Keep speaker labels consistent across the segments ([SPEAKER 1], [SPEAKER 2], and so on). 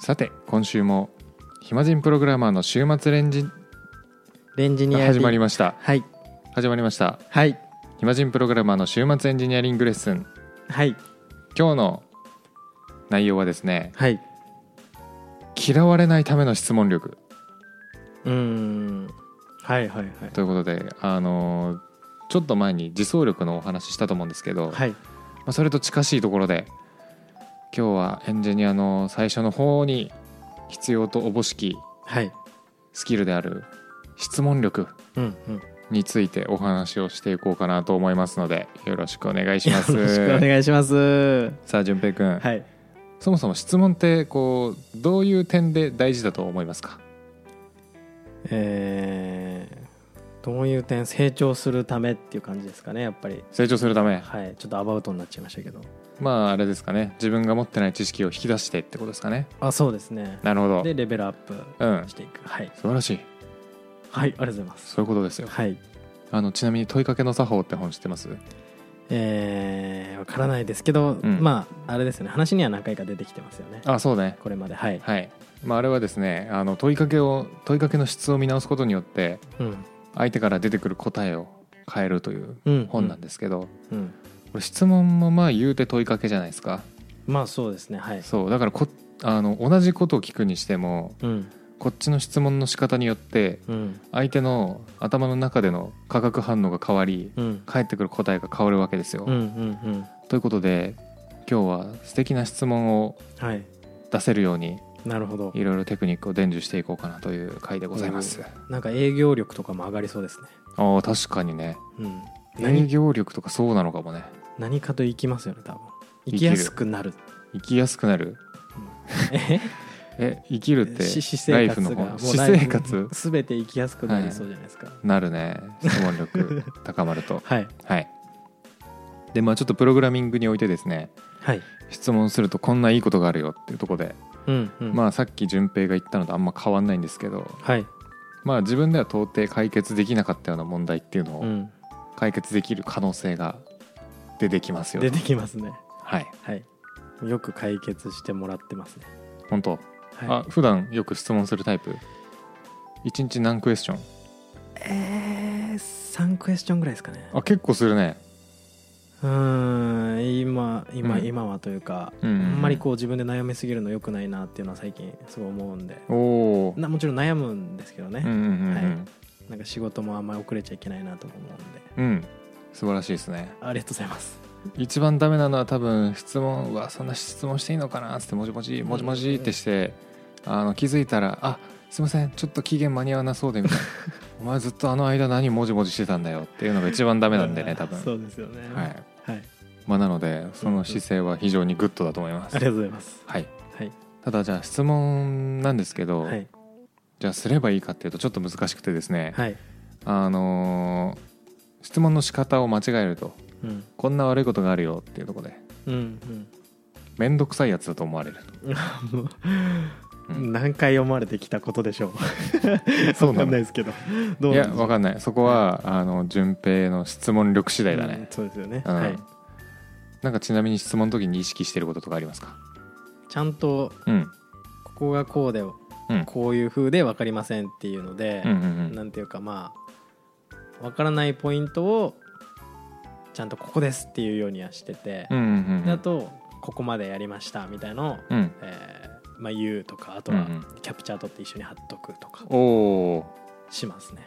[SPEAKER 1] さて今週も暇人プログラマーの週末レンジ
[SPEAKER 2] レンジニ
[SPEAKER 1] が
[SPEAKER 2] ア
[SPEAKER 1] 始まり
[SPEAKER 2] ま
[SPEAKER 1] ました
[SPEAKER 2] はい
[SPEAKER 1] 始まりました
[SPEAKER 2] はい
[SPEAKER 1] 暇人プログラマーの週末エンジニアリングレッスン
[SPEAKER 2] はい
[SPEAKER 1] 今日の内容はですね
[SPEAKER 2] はい
[SPEAKER 1] 嫌われないための質問力
[SPEAKER 2] うーんはいはいはい
[SPEAKER 1] ということであのーちょっと前に自走力のお話ししたと思うんですけど、
[SPEAKER 2] はい
[SPEAKER 1] まあ、それと近しいところで今日はエンジニアの最初の方に必要とおぼしき
[SPEAKER 2] はい
[SPEAKER 1] スキルである質問力
[SPEAKER 2] うんうん
[SPEAKER 1] についてお話をしていこうかなと思いますのでよろしくお願いし
[SPEAKER 2] よ
[SPEAKER 1] ま
[SPEAKER 2] ろし
[SPEAKER 1] す。
[SPEAKER 2] くお願いしますは
[SPEAKER 1] さあ淳平くん、
[SPEAKER 2] い
[SPEAKER 1] そもそも質問ってこうどういう点で大事だと思いますか
[SPEAKER 2] えー、どういう点成長するためっていう感じですかねやっぱり
[SPEAKER 1] 成長するため
[SPEAKER 2] はいちょっとアバウトになっちゃいましたけど
[SPEAKER 1] まああれですかね自分が持ってない知識を引き出してってことですかね
[SPEAKER 2] あそうですね
[SPEAKER 1] なるほど
[SPEAKER 2] でレベルアッ
[SPEAKER 1] うん
[SPEAKER 2] プしていく、はい
[SPEAKER 1] 素晴らしい
[SPEAKER 2] はいありがとうございます
[SPEAKER 1] そういうことですよ
[SPEAKER 2] はい
[SPEAKER 1] あのちなみに問いかけの作法って本知ってます
[SPEAKER 2] えー、わからないですけど、
[SPEAKER 1] うん
[SPEAKER 2] まああれですね話には何回か出てきてますよね
[SPEAKER 1] あそうね
[SPEAKER 2] これまではい、
[SPEAKER 1] はい、まあ、あれはですねあの問いかけを問いかけの質を見直すことによって
[SPEAKER 2] うん
[SPEAKER 1] 相手から出てくる答えを変えるという
[SPEAKER 2] うん、
[SPEAKER 1] 本なんですけど、
[SPEAKER 2] うん、
[SPEAKER 1] これ質問もまあ言うて問いかけじゃないですか
[SPEAKER 2] まあそうですねはい
[SPEAKER 1] そうだからこあの同じことを聞くにしても
[SPEAKER 2] うん
[SPEAKER 1] こっちの質問の仕方によって
[SPEAKER 2] うん
[SPEAKER 1] 相手の頭の中での化学反応が変わり
[SPEAKER 2] うん
[SPEAKER 1] 返ってくる答えが変わるわけですよ。
[SPEAKER 2] うんうん
[SPEAKER 1] ということで今日は素敵な質問を
[SPEAKER 2] うんはい
[SPEAKER 1] 出せるように
[SPEAKER 2] なるほど
[SPEAKER 1] いろいろテクニックを伝授していこうかなという回でございます。
[SPEAKER 2] なんか営業力とかも上がりそうですね
[SPEAKER 1] ああ確かにね
[SPEAKER 2] うん
[SPEAKER 1] 営
[SPEAKER 2] 何
[SPEAKER 1] 業力とかそうなのかもね
[SPEAKER 2] 何かと生きますよね多分
[SPEAKER 1] 生
[SPEAKER 2] 生
[SPEAKER 1] きる
[SPEAKER 2] きやすくなる
[SPEAKER 1] 生きやすくなる
[SPEAKER 2] え
[SPEAKER 1] え生きるって
[SPEAKER 2] し私
[SPEAKER 1] ラ
[SPEAKER 2] 生
[SPEAKER 1] イフ
[SPEAKER 2] 活
[SPEAKER 1] の
[SPEAKER 2] が
[SPEAKER 1] 方
[SPEAKER 2] もう
[SPEAKER 1] 私
[SPEAKER 2] ライフ
[SPEAKER 1] 生活
[SPEAKER 2] 全て生きやすくなりそうじゃないですか
[SPEAKER 1] なるね質問 力高まると
[SPEAKER 2] はい
[SPEAKER 1] はいでまあちょっとプログラミングにおいてですね
[SPEAKER 2] はい
[SPEAKER 1] 質問するとこんないいことがあるよっていうところで、
[SPEAKER 2] うんうん
[SPEAKER 1] まあさっき順平が言ったのとあんま変わんないんですけど
[SPEAKER 2] はい
[SPEAKER 1] まあ自分では到底解決できなかったような問題っていうの
[SPEAKER 2] う
[SPEAKER 1] を
[SPEAKER 2] ん
[SPEAKER 1] 解決できる可能性が出てきますよと
[SPEAKER 2] 出てきますね
[SPEAKER 1] はい
[SPEAKER 2] はいよく解決してもらってますね
[SPEAKER 1] 本当あ
[SPEAKER 2] は
[SPEAKER 1] 普段よく質問するタイプ一日何クエスチョン
[SPEAKER 2] いえー3クエスチョンぐらいですかね
[SPEAKER 1] あ結構するね
[SPEAKER 2] うーん今今、
[SPEAKER 1] うん
[SPEAKER 2] 今はというか、
[SPEAKER 1] うんうんうん
[SPEAKER 2] あんまりこう自分で悩みすぎるの良くないなっていうのは最近すごい思うんで
[SPEAKER 1] おお
[SPEAKER 2] なもちろん悩むんですけどね、
[SPEAKER 1] うんうんうんうん、
[SPEAKER 2] はいなんか仕事もあんまり遅れちゃいけないなとも思うんで
[SPEAKER 1] うん素晴らしいですね
[SPEAKER 2] ありがとうございます
[SPEAKER 1] 一番ダメなのは多分質問はそんな質問していいのかなっつってもじもじもじもじってしてあの気づいたら「あすいませんちょっと期限間に合わなそうで」みたい な「お前ずっとあの間何もじもじしてたんだよ」っていうのが一番ダメなん でね多分
[SPEAKER 2] そうですよね
[SPEAKER 1] は
[SPEAKER 2] はい、
[SPEAKER 1] いまあなのでその姿勢は非常にグッドだと思いま
[SPEAKER 2] ありが
[SPEAKER 1] す
[SPEAKER 2] とうございます
[SPEAKER 1] はい
[SPEAKER 2] はい
[SPEAKER 1] ただじゃあ質問なんですけど、
[SPEAKER 2] はい
[SPEAKER 1] じゃあすればいいかっていうとちょっと難しくてですね、
[SPEAKER 2] はい
[SPEAKER 1] あのー質問の仕方を間違えると
[SPEAKER 2] うん
[SPEAKER 1] こんな悪いことがあるよっていうところで
[SPEAKER 2] うん
[SPEAKER 1] 面倒くさいやつだと思われる
[SPEAKER 2] うんもう
[SPEAKER 1] うん
[SPEAKER 2] 何回読まれてきたことでしょう
[SPEAKER 1] そう
[SPEAKER 2] わ
[SPEAKER 1] なの
[SPEAKER 2] かんないですけどど
[SPEAKER 1] いうや
[SPEAKER 2] なんでしょう
[SPEAKER 1] わかんないそこは、あの順平の質問力次第だ
[SPEAKER 2] うん
[SPEAKER 1] ね、
[SPEAKER 2] そうですよね、
[SPEAKER 1] うん
[SPEAKER 2] はい
[SPEAKER 1] なんかちなみに質問の時に意識してることとかありますか
[SPEAKER 2] ちゃんと
[SPEAKER 1] うん
[SPEAKER 2] ここがこうで
[SPEAKER 1] うん
[SPEAKER 2] こういう風で分かりませんっていうので、
[SPEAKER 1] うんうん
[SPEAKER 2] なんていうかまあ分からないポイントをちゃんとここですっていうようにはしてて、
[SPEAKER 1] うんうんうん
[SPEAKER 2] であとここまでやりましたみたいのを、
[SPEAKER 1] うん
[SPEAKER 2] えーまあ、言うとかあとは
[SPEAKER 1] うんうん
[SPEAKER 2] キャプチャー取って一緒に貼っとくとか
[SPEAKER 1] おおー
[SPEAKER 2] しますね。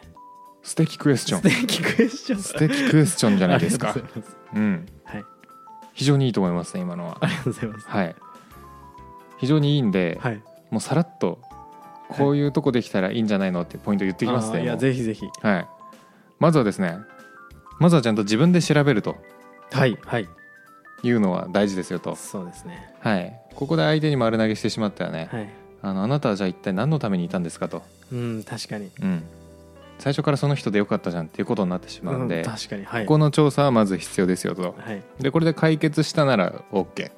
[SPEAKER 1] 素敵クエスチョ
[SPEAKER 2] 素
[SPEAKER 1] ン
[SPEAKER 2] 敵クエスチョン
[SPEAKER 1] 素敵クエスチョンじゃない ですか
[SPEAKER 2] ありがとうございます
[SPEAKER 1] うん
[SPEAKER 2] はい
[SPEAKER 1] 非常にいいと思いますね今のは
[SPEAKER 2] ありがとうございます。
[SPEAKER 1] はい非常にいいんで、
[SPEAKER 2] はい。
[SPEAKER 1] もうさらっとこういうとこできたらいいんじゃないのってポイント言ってきます
[SPEAKER 2] あー
[SPEAKER 1] ね
[SPEAKER 2] いや
[SPEAKER 1] もう
[SPEAKER 2] ぜひぜひ。
[SPEAKER 1] はい、まずはですねまずはちゃんと自分で調べると
[SPEAKER 2] はいはい。
[SPEAKER 1] いうのは大事ですよと、
[SPEAKER 2] そうですね。
[SPEAKER 1] はい、ここで相手に丸投げしてしまったよね、
[SPEAKER 2] はい。
[SPEAKER 1] あのあなたはじゃあ一体何のためにいたんですかと、
[SPEAKER 2] うん確かに。
[SPEAKER 1] うん、最初からその人でよかったじゃんっていうことになってしまうんで、
[SPEAKER 2] うん
[SPEAKER 1] こ
[SPEAKER 2] 確かにはい。
[SPEAKER 1] この調査はまず必要ですよと
[SPEAKER 2] はい。
[SPEAKER 1] でこれで解決したなら OK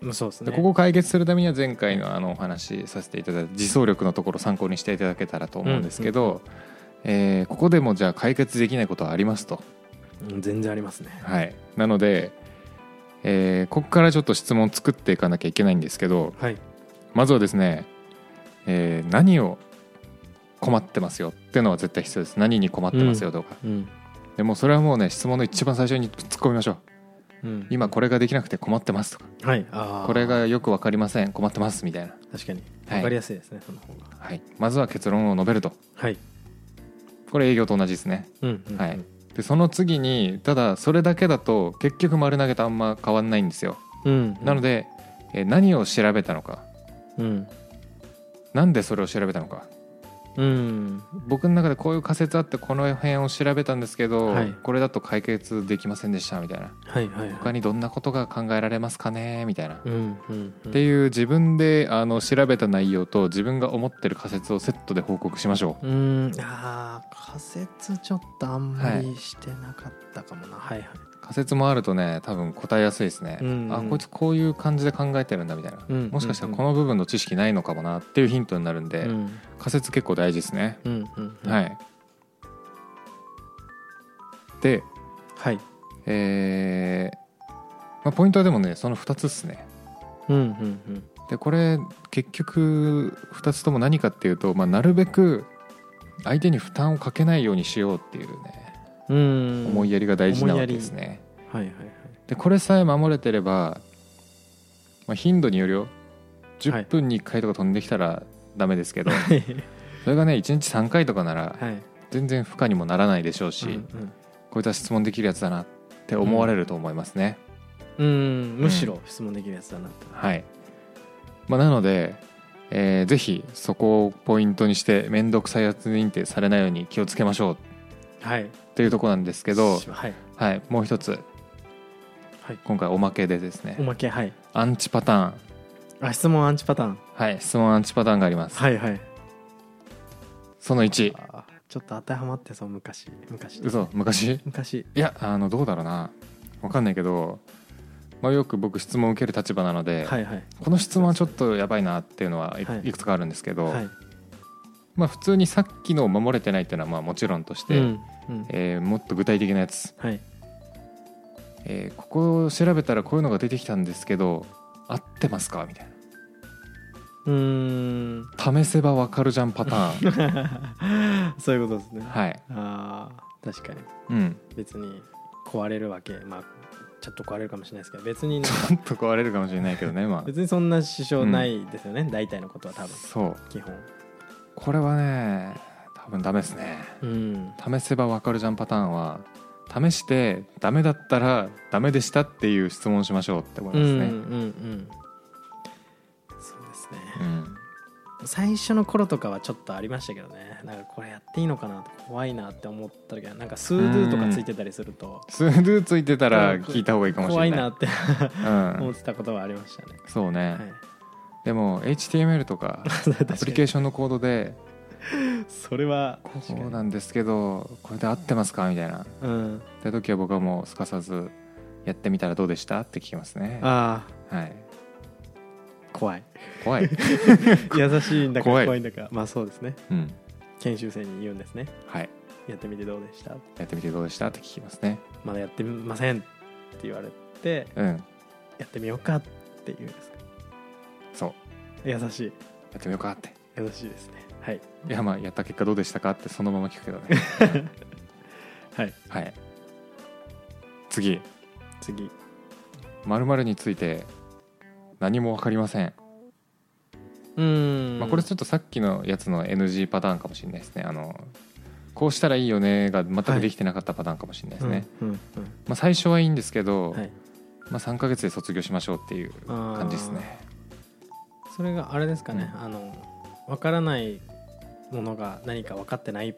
[SPEAKER 2] まあそうです
[SPEAKER 1] で
[SPEAKER 2] ね。
[SPEAKER 1] ここを解決するためには前回のあのお話しさせていただいた自走力のところを参考にしていただけたらと思うんですけど、えーここでもじゃあ解決できないことはありますと、
[SPEAKER 2] うん全然ありますね。
[SPEAKER 1] はい、なので、えーここからちょっと質問を作っていかなきゃいけないんですけど
[SPEAKER 2] はい。
[SPEAKER 1] まずはですね、えー何を困ってますよっていうのは絶対必要です何に困ってますよとか、
[SPEAKER 2] うん
[SPEAKER 1] でもうそれはもうね質問の一番最初に突っ込みましょう
[SPEAKER 2] うん、
[SPEAKER 1] 今これができなくて困ってますとか
[SPEAKER 2] はいあー
[SPEAKER 1] これがよく分かりません困ってますみたいな、
[SPEAKER 2] 確かに
[SPEAKER 1] はい
[SPEAKER 2] 分かりやすいですね、その方が
[SPEAKER 1] はい、まずは結論を述べると
[SPEAKER 2] はい
[SPEAKER 1] これ営業と同じですね
[SPEAKER 2] うんうんうん
[SPEAKER 1] はいでその次にただそれだけだと結局丸投げとあんま変わんないんですよ
[SPEAKER 2] うん
[SPEAKER 1] なの
[SPEAKER 2] で
[SPEAKER 1] で、えー何を調べたのか
[SPEAKER 2] うん
[SPEAKER 1] なんでそれを調べたのか
[SPEAKER 2] うん
[SPEAKER 1] 僕の中でこういう仮説あってこの辺を調べたんですけど、
[SPEAKER 2] はい
[SPEAKER 1] これだと解決できませんでしたみたいな
[SPEAKER 2] はいはいは
[SPEAKER 1] 他
[SPEAKER 2] い
[SPEAKER 1] にどんなことが考えられますかねみたいな、っ
[SPEAKER 2] うんうんうん
[SPEAKER 1] ていう自分であの調べた内容と自分が思ってる仮説をセットで報告しましょう
[SPEAKER 2] うんあー仮説ちょっとあんまりしてなかったかもな、はい、はい
[SPEAKER 1] 仮説もあるとね多分答えやすいですね、
[SPEAKER 2] うんうん
[SPEAKER 1] あこいつこういう感じで考えてるんだみたいな、
[SPEAKER 2] うん
[SPEAKER 1] もしかしたらこの部分の知識ないのかもなっていうヒントになるんで、
[SPEAKER 2] うん
[SPEAKER 1] 仮説結構大事ですね、
[SPEAKER 2] うんうんうん
[SPEAKER 1] はいで
[SPEAKER 2] はい
[SPEAKER 1] えーまあ、ポイントはでもねその2つですね
[SPEAKER 2] うんうんうん
[SPEAKER 1] でこれ結局2つとも何かっていうと、まあ、なるべく相手に負担をかけないようにしようっていうね
[SPEAKER 2] うん
[SPEAKER 1] 思いやりが大事な
[SPEAKER 2] 思い
[SPEAKER 1] わ
[SPEAKER 2] や
[SPEAKER 1] け
[SPEAKER 2] り
[SPEAKER 1] ですね、
[SPEAKER 2] はいはいはい
[SPEAKER 1] でこれさえ守れてれば、まあ、頻度によるよ
[SPEAKER 2] は
[SPEAKER 1] 10
[SPEAKER 2] い
[SPEAKER 1] 分に1回とか飛んできたらダメですけど、
[SPEAKER 2] はい
[SPEAKER 1] それがね1日3回とかなら
[SPEAKER 2] はい
[SPEAKER 1] 全然負荷にもならないでしょうし、
[SPEAKER 2] うん
[SPEAKER 1] こういった質問できるやつだなって思われると思いますね、
[SPEAKER 2] うん、うんむしろ質問できるやつだなと
[SPEAKER 1] はい、まあ、なので、えーぜひそこをポイントにして面倒くさいやつ認定されないように気をつけましょう
[SPEAKER 2] はい
[SPEAKER 1] っていうところなんですけど、
[SPEAKER 2] はい
[SPEAKER 1] はい、もう一つ、
[SPEAKER 2] はい
[SPEAKER 1] 今回おまけでですね
[SPEAKER 2] おまけはい
[SPEAKER 1] アンチパターン
[SPEAKER 2] あ質問アンチパターン
[SPEAKER 1] はい質問アンチパターンがあります、
[SPEAKER 2] はいはい
[SPEAKER 1] その1
[SPEAKER 2] あーちょっと当てはまってそう昔昔
[SPEAKER 1] 嘘昔
[SPEAKER 2] 昔
[SPEAKER 1] いやあのどうだろうな分かんないけど、まあ、よく僕質問受ける立場なので、
[SPEAKER 2] はいはい
[SPEAKER 1] この質問はちょっとやばいなっていうのはい
[SPEAKER 2] はい
[SPEAKER 1] いくつかあるんですけど、
[SPEAKER 2] はい
[SPEAKER 1] まあ、普通にさっきのを守れてないっていうのはまあもちろんとして、
[SPEAKER 2] うんうん
[SPEAKER 1] えーもっと具体的なやつ、
[SPEAKER 2] はい
[SPEAKER 1] えーここを調べたらこういうのが出てきたんですけど合ってますかみたいう
[SPEAKER 2] ーん
[SPEAKER 1] な試せばわかるじゃんパターン
[SPEAKER 2] そういうことですね
[SPEAKER 1] はい、
[SPEAKER 2] あー確かに
[SPEAKER 1] うん、
[SPEAKER 2] 別に壊れるわけまあちょっと壊れるかもしれないですけど別に
[SPEAKER 1] ちょっと壊れるかもしれないけどねま
[SPEAKER 2] 別にそんな支障ないですよね、大体のことは多
[SPEAKER 1] あ
[SPEAKER 2] 分
[SPEAKER 1] そう
[SPEAKER 2] 基本
[SPEAKER 1] これはね多分ダメですね
[SPEAKER 2] うん
[SPEAKER 1] 試せばわかるじゃんパターンは試してダメだったらダメでしたっていう質問しましょうって思い
[SPEAKER 2] うんう
[SPEAKER 1] ま
[SPEAKER 2] ん
[SPEAKER 1] す
[SPEAKER 2] う
[SPEAKER 1] ね、
[SPEAKER 2] んそうですね
[SPEAKER 1] うん
[SPEAKER 2] 最初の頃とかはちょっとありましたけどねなんかこれやっていいのかなと怖いなって思った時はなんかスードゥとかついてたりすると
[SPEAKER 1] スードゥついてたら聞いた方がいいかもしれ
[SPEAKER 2] 怖
[SPEAKER 1] ないい
[SPEAKER 2] なって
[SPEAKER 1] う
[SPEAKER 2] 思っ
[SPEAKER 1] ん、
[SPEAKER 2] てたことはありましたね、
[SPEAKER 1] そうね、
[SPEAKER 2] はい、
[SPEAKER 1] でも HTML とか
[SPEAKER 2] 確か
[SPEAKER 1] ア
[SPEAKER 2] に
[SPEAKER 1] プリケーションのコードで
[SPEAKER 2] それは
[SPEAKER 1] 「
[SPEAKER 2] 確か
[SPEAKER 1] こ
[SPEAKER 2] に
[SPEAKER 1] うなんですけどこれで合ってますか?」みたいな
[SPEAKER 2] うん
[SPEAKER 1] って時は僕はもうすかさず「やってみたらどうでした?」って聞きますね、
[SPEAKER 2] ああ
[SPEAKER 1] はい、
[SPEAKER 2] 怖い
[SPEAKER 1] 怖い、
[SPEAKER 2] 優しいんだか
[SPEAKER 1] 怖い
[SPEAKER 2] ら怖いんだかまあそうですね
[SPEAKER 1] うん
[SPEAKER 2] 研修生に言うんですね
[SPEAKER 1] はい、
[SPEAKER 2] やってみてどうでした
[SPEAKER 1] やってみてどうでしたって聞きますね
[SPEAKER 2] まだやってませんって言われて
[SPEAKER 1] うん
[SPEAKER 2] やってみようかっていうんですか
[SPEAKER 1] そう
[SPEAKER 2] 優しい
[SPEAKER 1] やってみようかって
[SPEAKER 2] 優しいですねはい
[SPEAKER 1] いやまあやった結果どうでしたかってそのまま聞くけど ね
[SPEAKER 2] はい
[SPEAKER 1] はい次
[SPEAKER 2] 次
[SPEAKER 1] 〇〇について何も分かりません、
[SPEAKER 2] うん
[SPEAKER 1] まあ、これちょっとさっきのやつの NG パターンかもしれないですねあのこうしたらいいよねが全くできてなかったパターンかもしれないですね、
[SPEAKER 2] うんうん
[SPEAKER 1] まあ、最初はいいんですけど、
[SPEAKER 2] うんはい
[SPEAKER 1] まあ、3ヶ月で卒業しましょうっていう感じですね
[SPEAKER 2] それがあれですかね、
[SPEAKER 1] う
[SPEAKER 2] あの分からないものが何か分かってない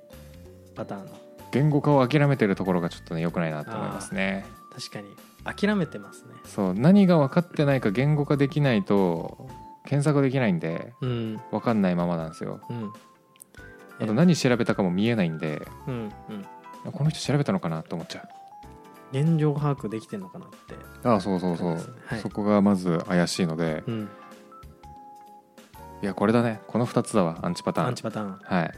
[SPEAKER 2] パターンの
[SPEAKER 1] 言語化を諦めてるところがちょっとね良くないなと思いますね
[SPEAKER 2] 確かに諦めてますね
[SPEAKER 1] そう何が分かってないか言語化できないと検索できないんで
[SPEAKER 2] うん
[SPEAKER 1] 分かんないままなんですよ
[SPEAKER 2] うんえ
[SPEAKER 1] あと何調べたかも見えないんで
[SPEAKER 2] うんうん
[SPEAKER 1] この人調べたのかなと思っちゃ
[SPEAKER 2] 現状把握できてんのかなって
[SPEAKER 1] うああそうそうそう
[SPEAKER 2] そうですねはい
[SPEAKER 1] そこがまず怪しいので
[SPEAKER 2] うん
[SPEAKER 1] いやこれだねこの2つだわアンチパタ
[SPEAKER 2] ア
[SPEAKER 1] ー
[SPEAKER 2] ン
[SPEAKER 1] ン
[SPEAKER 2] チパターン
[SPEAKER 1] はい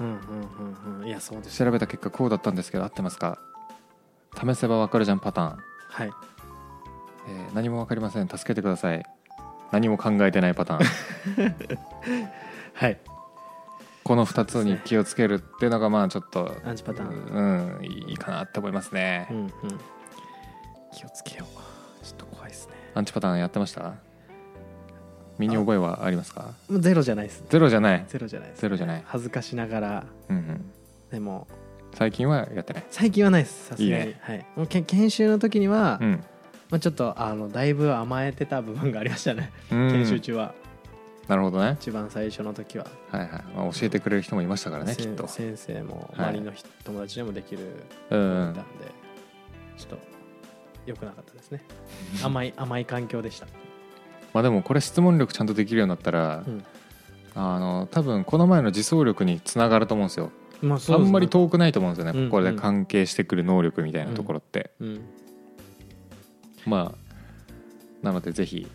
[SPEAKER 2] うんうんうんうんいやそうです
[SPEAKER 1] 調べた結果こうだったんですけど合ってますか試せば分かるじゃんパターン
[SPEAKER 2] はい
[SPEAKER 1] えー何も分かりません助けてください何も考えてないパターン
[SPEAKER 2] はい
[SPEAKER 1] この2つに気をつけるっていうのがまあちょっと
[SPEAKER 2] アンチパターン、
[SPEAKER 1] うんいいかなって思いますね、
[SPEAKER 2] うんうん、気をつけようちょっと怖いですね
[SPEAKER 1] アンチパターンやってました身に覚えはありますか
[SPEAKER 2] もうゼロじゃないです
[SPEAKER 1] ゼロじゃない
[SPEAKER 2] ゼロじゃないです
[SPEAKER 1] ゼロじゃない、
[SPEAKER 2] 恥ずかしながら
[SPEAKER 1] うんうん、
[SPEAKER 2] でも
[SPEAKER 1] 最近はやってない
[SPEAKER 2] 最近はないですさすがに
[SPEAKER 1] いいね
[SPEAKER 2] はい、もうけ研修の時には、
[SPEAKER 1] うん
[SPEAKER 2] まあ、ちょっとあのだいぶ甘えてた部分がありましたね、
[SPEAKER 1] うん
[SPEAKER 2] 研修中は
[SPEAKER 1] なるほどね
[SPEAKER 2] 一番最初の時は、
[SPEAKER 1] はいはい、まあ、教えてくれる人もいましたからね
[SPEAKER 2] せ
[SPEAKER 1] きっ
[SPEAKER 2] ん
[SPEAKER 1] と
[SPEAKER 2] 先生も
[SPEAKER 1] はい
[SPEAKER 2] 周りの人友達でもできる
[SPEAKER 1] う
[SPEAKER 2] 子がいたん
[SPEAKER 1] ん
[SPEAKER 2] で、ちょっと良くなかったで すね甘い甘い環境でした、
[SPEAKER 1] まあでもこれ質問力ちゃんとできるようになったら、
[SPEAKER 2] うん
[SPEAKER 1] あの多分この前の自走力につながると思うんですよ
[SPEAKER 2] まあそ
[SPEAKER 1] あ
[SPEAKER 2] うですね
[SPEAKER 1] んまり遠くないと思うんですよね、
[SPEAKER 2] うん
[SPEAKER 1] これで関係してくる能力みたいなところって、
[SPEAKER 2] うん
[SPEAKER 1] まあなのでぜひ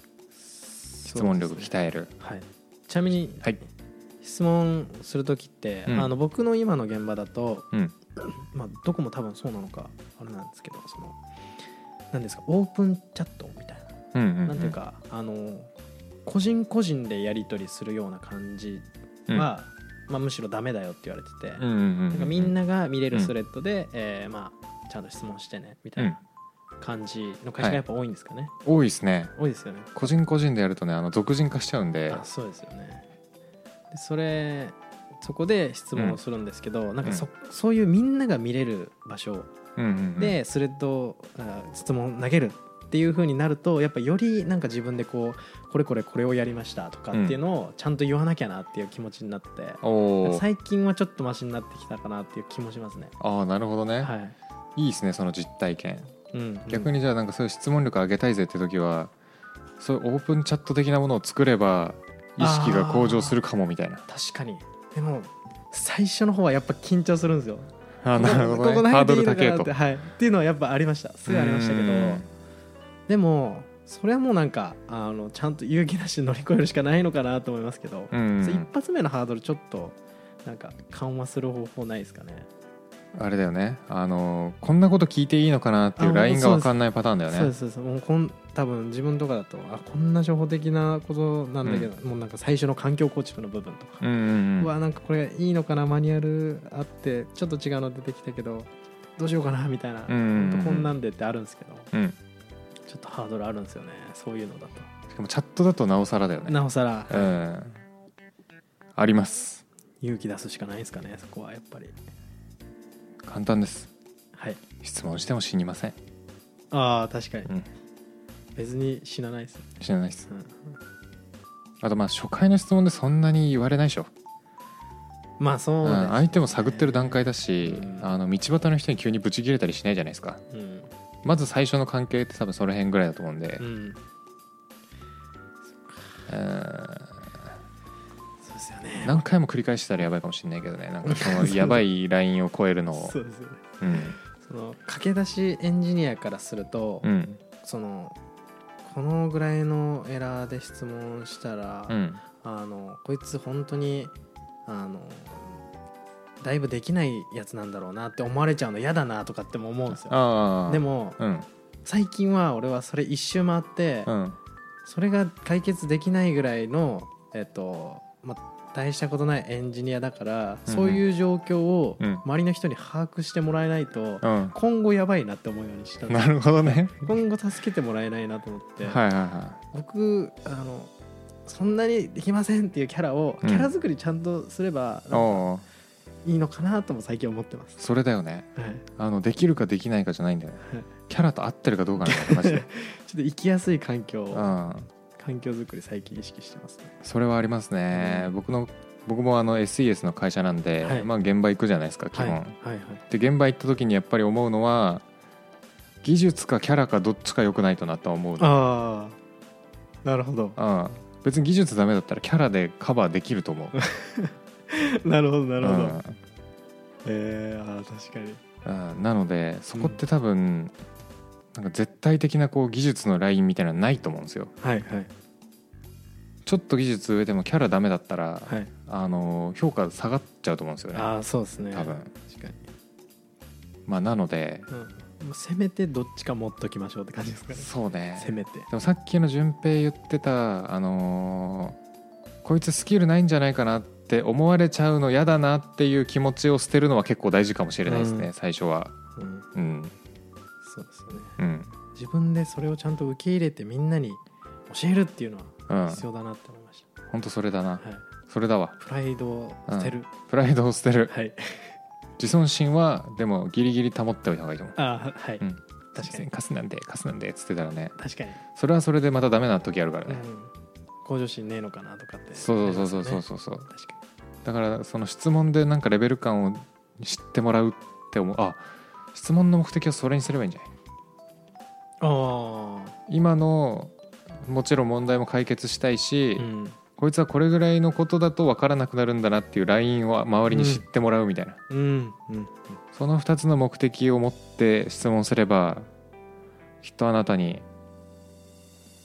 [SPEAKER 1] 質問力鍛える、
[SPEAKER 2] はい、ちなみに、
[SPEAKER 1] はい
[SPEAKER 2] 質問する時って、
[SPEAKER 1] うん
[SPEAKER 2] あの僕の今の現場だと、
[SPEAKER 1] うん
[SPEAKER 2] まあ、どこも多分そうなのかあれなんですけどそのなんですかオープンチャットみたい
[SPEAKER 1] うんうん
[SPEAKER 2] な、
[SPEAKER 1] うん
[SPEAKER 2] なんていうかあの個人個人でやり取りするような感じ
[SPEAKER 1] うん
[SPEAKER 2] は、まあ、むしろダメだよって言われてて、
[SPEAKER 1] うんうんうん
[SPEAKER 2] なんかみんなが見れるスレッドで、えーまあ、ちゃんと質問してねみたいな感じの会社がやっぱ多いんですかね、
[SPEAKER 1] 多いですね
[SPEAKER 2] 多いですよね
[SPEAKER 1] 個人個人でやるとねあの俗人化しちゃうんで
[SPEAKER 2] あそうですよねでそれそこで質問をするんですけど、なんかそそういうみんなが見れる場所
[SPEAKER 1] うんうんうん
[SPEAKER 2] でスレッドをあ質問投げるっていう風になるとやっぱよりなんか自分でこうこれこれこれをやりましたとかっていうのをちゃんと言わなきゃなっていう気持ちになって、
[SPEAKER 1] おー
[SPEAKER 2] 最近はちょっとマシになってきたかなっていう気もしますね。
[SPEAKER 1] ああなるほどね、
[SPEAKER 2] はい
[SPEAKER 1] い、いですねその実体験
[SPEAKER 2] うん、
[SPEAKER 1] 逆にじゃあなんかそういう質問力上げたいぜって時はそういうオープンチャット的なものを作れば意識が向上するかもみたいな
[SPEAKER 2] 確かにでも最初の方はやっぱ緊張するんですよ
[SPEAKER 1] あーなるほど
[SPEAKER 2] ここ
[SPEAKER 1] ねハードル
[SPEAKER 2] 投げ
[SPEAKER 1] 高
[SPEAKER 2] ていい
[SPEAKER 1] え
[SPEAKER 2] のかなって、
[SPEAKER 1] と
[SPEAKER 2] はい、っていうのはやっぱありましたすごいありましたけど
[SPEAKER 1] うん
[SPEAKER 2] でもそれはもうなんかあのちゃんと勇気なしに乗り越えるしかないのかなと思いますけど、
[SPEAKER 1] うん
[SPEAKER 2] それ一発目のハードルちょっとなんか緩和する方法ないですかね
[SPEAKER 1] あれだよねあのこんなこと聞いていいのかなってい
[SPEAKER 2] あ
[SPEAKER 1] うラインが
[SPEAKER 2] そうで
[SPEAKER 1] 分
[SPEAKER 2] す
[SPEAKER 1] かんないパターンだよ
[SPEAKER 2] そうで
[SPEAKER 1] ね
[SPEAKER 2] すそうですもうこん多分自分とかだとあこんな初歩的なことなんだけど、もうなんか最初の環境構築の部分とか、
[SPEAKER 1] うんうん
[SPEAKER 2] う
[SPEAKER 1] うん
[SPEAKER 2] わなんかこれいいのかなマニュアルあってちょっと違うの出てきたけどどうしようかなみたいな、
[SPEAKER 1] うんうんうん
[SPEAKER 2] ほとこんなんでってあるんですけど
[SPEAKER 1] うん
[SPEAKER 2] ちょっとハードルあるんですよねそういうのだと、
[SPEAKER 1] しかもチャットだとなおさらだよね
[SPEAKER 2] なおさら、
[SPEAKER 1] うんあります
[SPEAKER 2] 勇気出すしかないですかねそこはやっぱり
[SPEAKER 1] 簡単です
[SPEAKER 2] はい
[SPEAKER 1] 質問しても死にません
[SPEAKER 2] ああ確かに、
[SPEAKER 1] うん
[SPEAKER 2] 別に死なないです、
[SPEAKER 1] 死なないです
[SPEAKER 2] うん
[SPEAKER 1] あとまあ初回の質問でそんなに言われないでしょ
[SPEAKER 2] まあそう
[SPEAKER 1] う
[SPEAKER 2] ですね、
[SPEAKER 1] ん、相手も探ってる段階だし、
[SPEAKER 2] うん
[SPEAKER 1] あの道端の人に急にブチ切れたりしないじゃないですか
[SPEAKER 2] うん、
[SPEAKER 1] まず最初の関係って多分その辺ぐらいだと思うんで、
[SPEAKER 2] うん、
[SPEAKER 1] うん
[SPEAKER 2] そうですよね
[SPEAKER 1] 何回も繰り返したらやばいかもしれないけどねなんかそのやばいラインを超えるのを
[SPEAKER 2] そうですよね
[SPEAKER 1] うん
[SPEAKER 2] その駆け出しエンジニアからすると、
[SPEAKER 1] うん
[SPEAKER 2] そのこのぐらいのエラーで質問したら、
[SPEAKER 1] うん
[SPEAKER 2] あのこいつ本当にあのだいぶできないやつなんだろうなって思われちゃうの嫌だなとかっても思うんですよ
[SPEAKER 1] ああ
[SPEAKER 2] でも
[SPEAKER 1] うん
[SPEAKER 2] 最近は俺はそれ一周回って、
[SPEAKER 1] うん
[SPEAKER 2] それが解決できないぐらいのえっとまあ大したことないエンジニアだから、
[SPEAKER 1] うんうん
[SPEAKER 2] そういう状況を
[SPEAKER 1] うん
[SPEAKER 2] 周りの人に把握してもらえないと、
[SPEAKER 1] うん
[SPEAKER 2] 今後やばいなって思うようにしたんです
[SPEAKER 1] なるほどね
[SPEAKER 2] 今後助けてもらえないなと思って、
[SPEAKER 1] はいはいはい
[SPEAKER 2] 僕あのそんなにできませんっていうキャラを
[SPEAKER 1] う
[SPEAKER 2] キ
[SPEAKER 1] ん
[SPEAKER 2] ャラ作りちゃんとすれば
[SPEAKER 1] おおー
[SPEAKER 2] いいのかなとも最近思ってます、
[SPEAKER 1] それだよね
[SPEAKER 2] はい、
[SPEAKER 1] あのできるかできないかじゃないんだよね
[SPEAKER 2] はい
[SPEAKER 1] キャラと合ってるかどうかなんだよマジで
[SPEAKER 2] ちょっと生きやすい環境
[SPEAKER 1] う
[SPEAKER 2] を
[SPEAKER 1] ん
[SPEAKER 2] 環境作り最近意識してますね
[SPEAKER 1] それはありますね、僕の僕もあの SES の会社なんで、
[SPEAKER 2] はい
[SPEAKER 1] まあ、現場行くじゃないですか基
[SPEAKER 2] はい
[SPEAKER 1] 本、
[SPEAKER 2] はいはい
[SPEAKER 1] で現場行った時にやっぱり思うのは技術かキャラかどっちか良くないとなとは思うの
[SPEAKER 2] ああなるほど
[SPEAKER 1] うん、別に技術ダメだったらキャラでカバーできると思う
[SPEAKER 2] なるほ ど
[SPEAKER 1] な
[SPEAKER 2] なるほど、えー、あー確かに
[SPEAKER 1] うんうんなのでそこって多分、なんか絶対的なこう技術のラインみたいなのないと思うんですよ
[SPEAKER 2] はいはい
[SPEAKER 1] ちょっと技術上でもキャラダメだったら、
[SPEAKER 2] はい
[SPEAKER 1] あの評価下がっちゃうと思うんですよね
[SPEAKER 2] ああそうですね
[SPEAKER 1] 多分
[SPEAKER 2] 確かに、
[SPEAKER 1] まあなので
[SPEAKER 2] うんせめてどっちか持っときましょうって感じですかね
[SPEAKER 1] そうね
[SPEAKER 2] せめて
[SPEAKER 1] でもさっきの順平言ってたあのーこいつスキルないんじゃないかなって思われちゃうの嫌だなっていう気持ちを捨てるのは結構大事かもしれないですね、
[SPEAKER 2] うん
[SPEAKER 1] 最初は
[SPEAKER 2] うん
[SPEAKER 1] うん
[SPEAKER 2] そうですよね
[SPEAKER 1] うん
[SPEAKER 2] 自分でそれをちゃんと受け入れてみんなに教えるっていうの
[SPEAKER 1] う
[SPEAKER 2] は
[SPEAKER 1] ん
[SPEAKER 2] 必要だなって思いまし
[SPEAKER 1] 本当それだな
[SPEAKER 2] た、はい、
[SPEAKER 1] それだわ
[SPEAKER 2] プライドを捨てる、
[SPEAKER 1] プライドを捨てる
[SPEAKER 2] はい
[SPEAKER 1] 自尊心はでもギリギリ保っておいた方がいいと思う
[SPEAKER 2] あーはい、
[SPEAKER 1] うん
[SPEAKER 2] 確かに
[SPEAKER 1] カスなんでカスなんでっつってたらね
[SPEAKER 2] 確かに、
[SPEAKER 1] それはそれでまたダメな時あるから
[SPEAKER 2] う
[SPEAKER 1] ね、
[SPEAKER 2] ん、向上心ねえのかなとかって
[SPEAKER 1] そうそうそうそう
[SPEAKER 2] そ
[SPEAKER 1] そうそう
[SPEAKER 2] う確か
[SPEAKER 1] だからその質問でなんかレベル感を知ってもらうって思うあ質問の目的はそれにすればいいんじゃない
[SPEAKER 2] に
[SPEAKER 1] 今のもちろん問題も解決したいし、
[SPEAKER 2] ああうん
[SPEAKER 1] こいつはこれぐらいのことだと分からなくなるんだなっていうラインを周りに知ってもらうみたいな、
[SPEAKER 2] うんうん
[SPEAKER 1] その2つの目的を持って質問すればきっとあなたに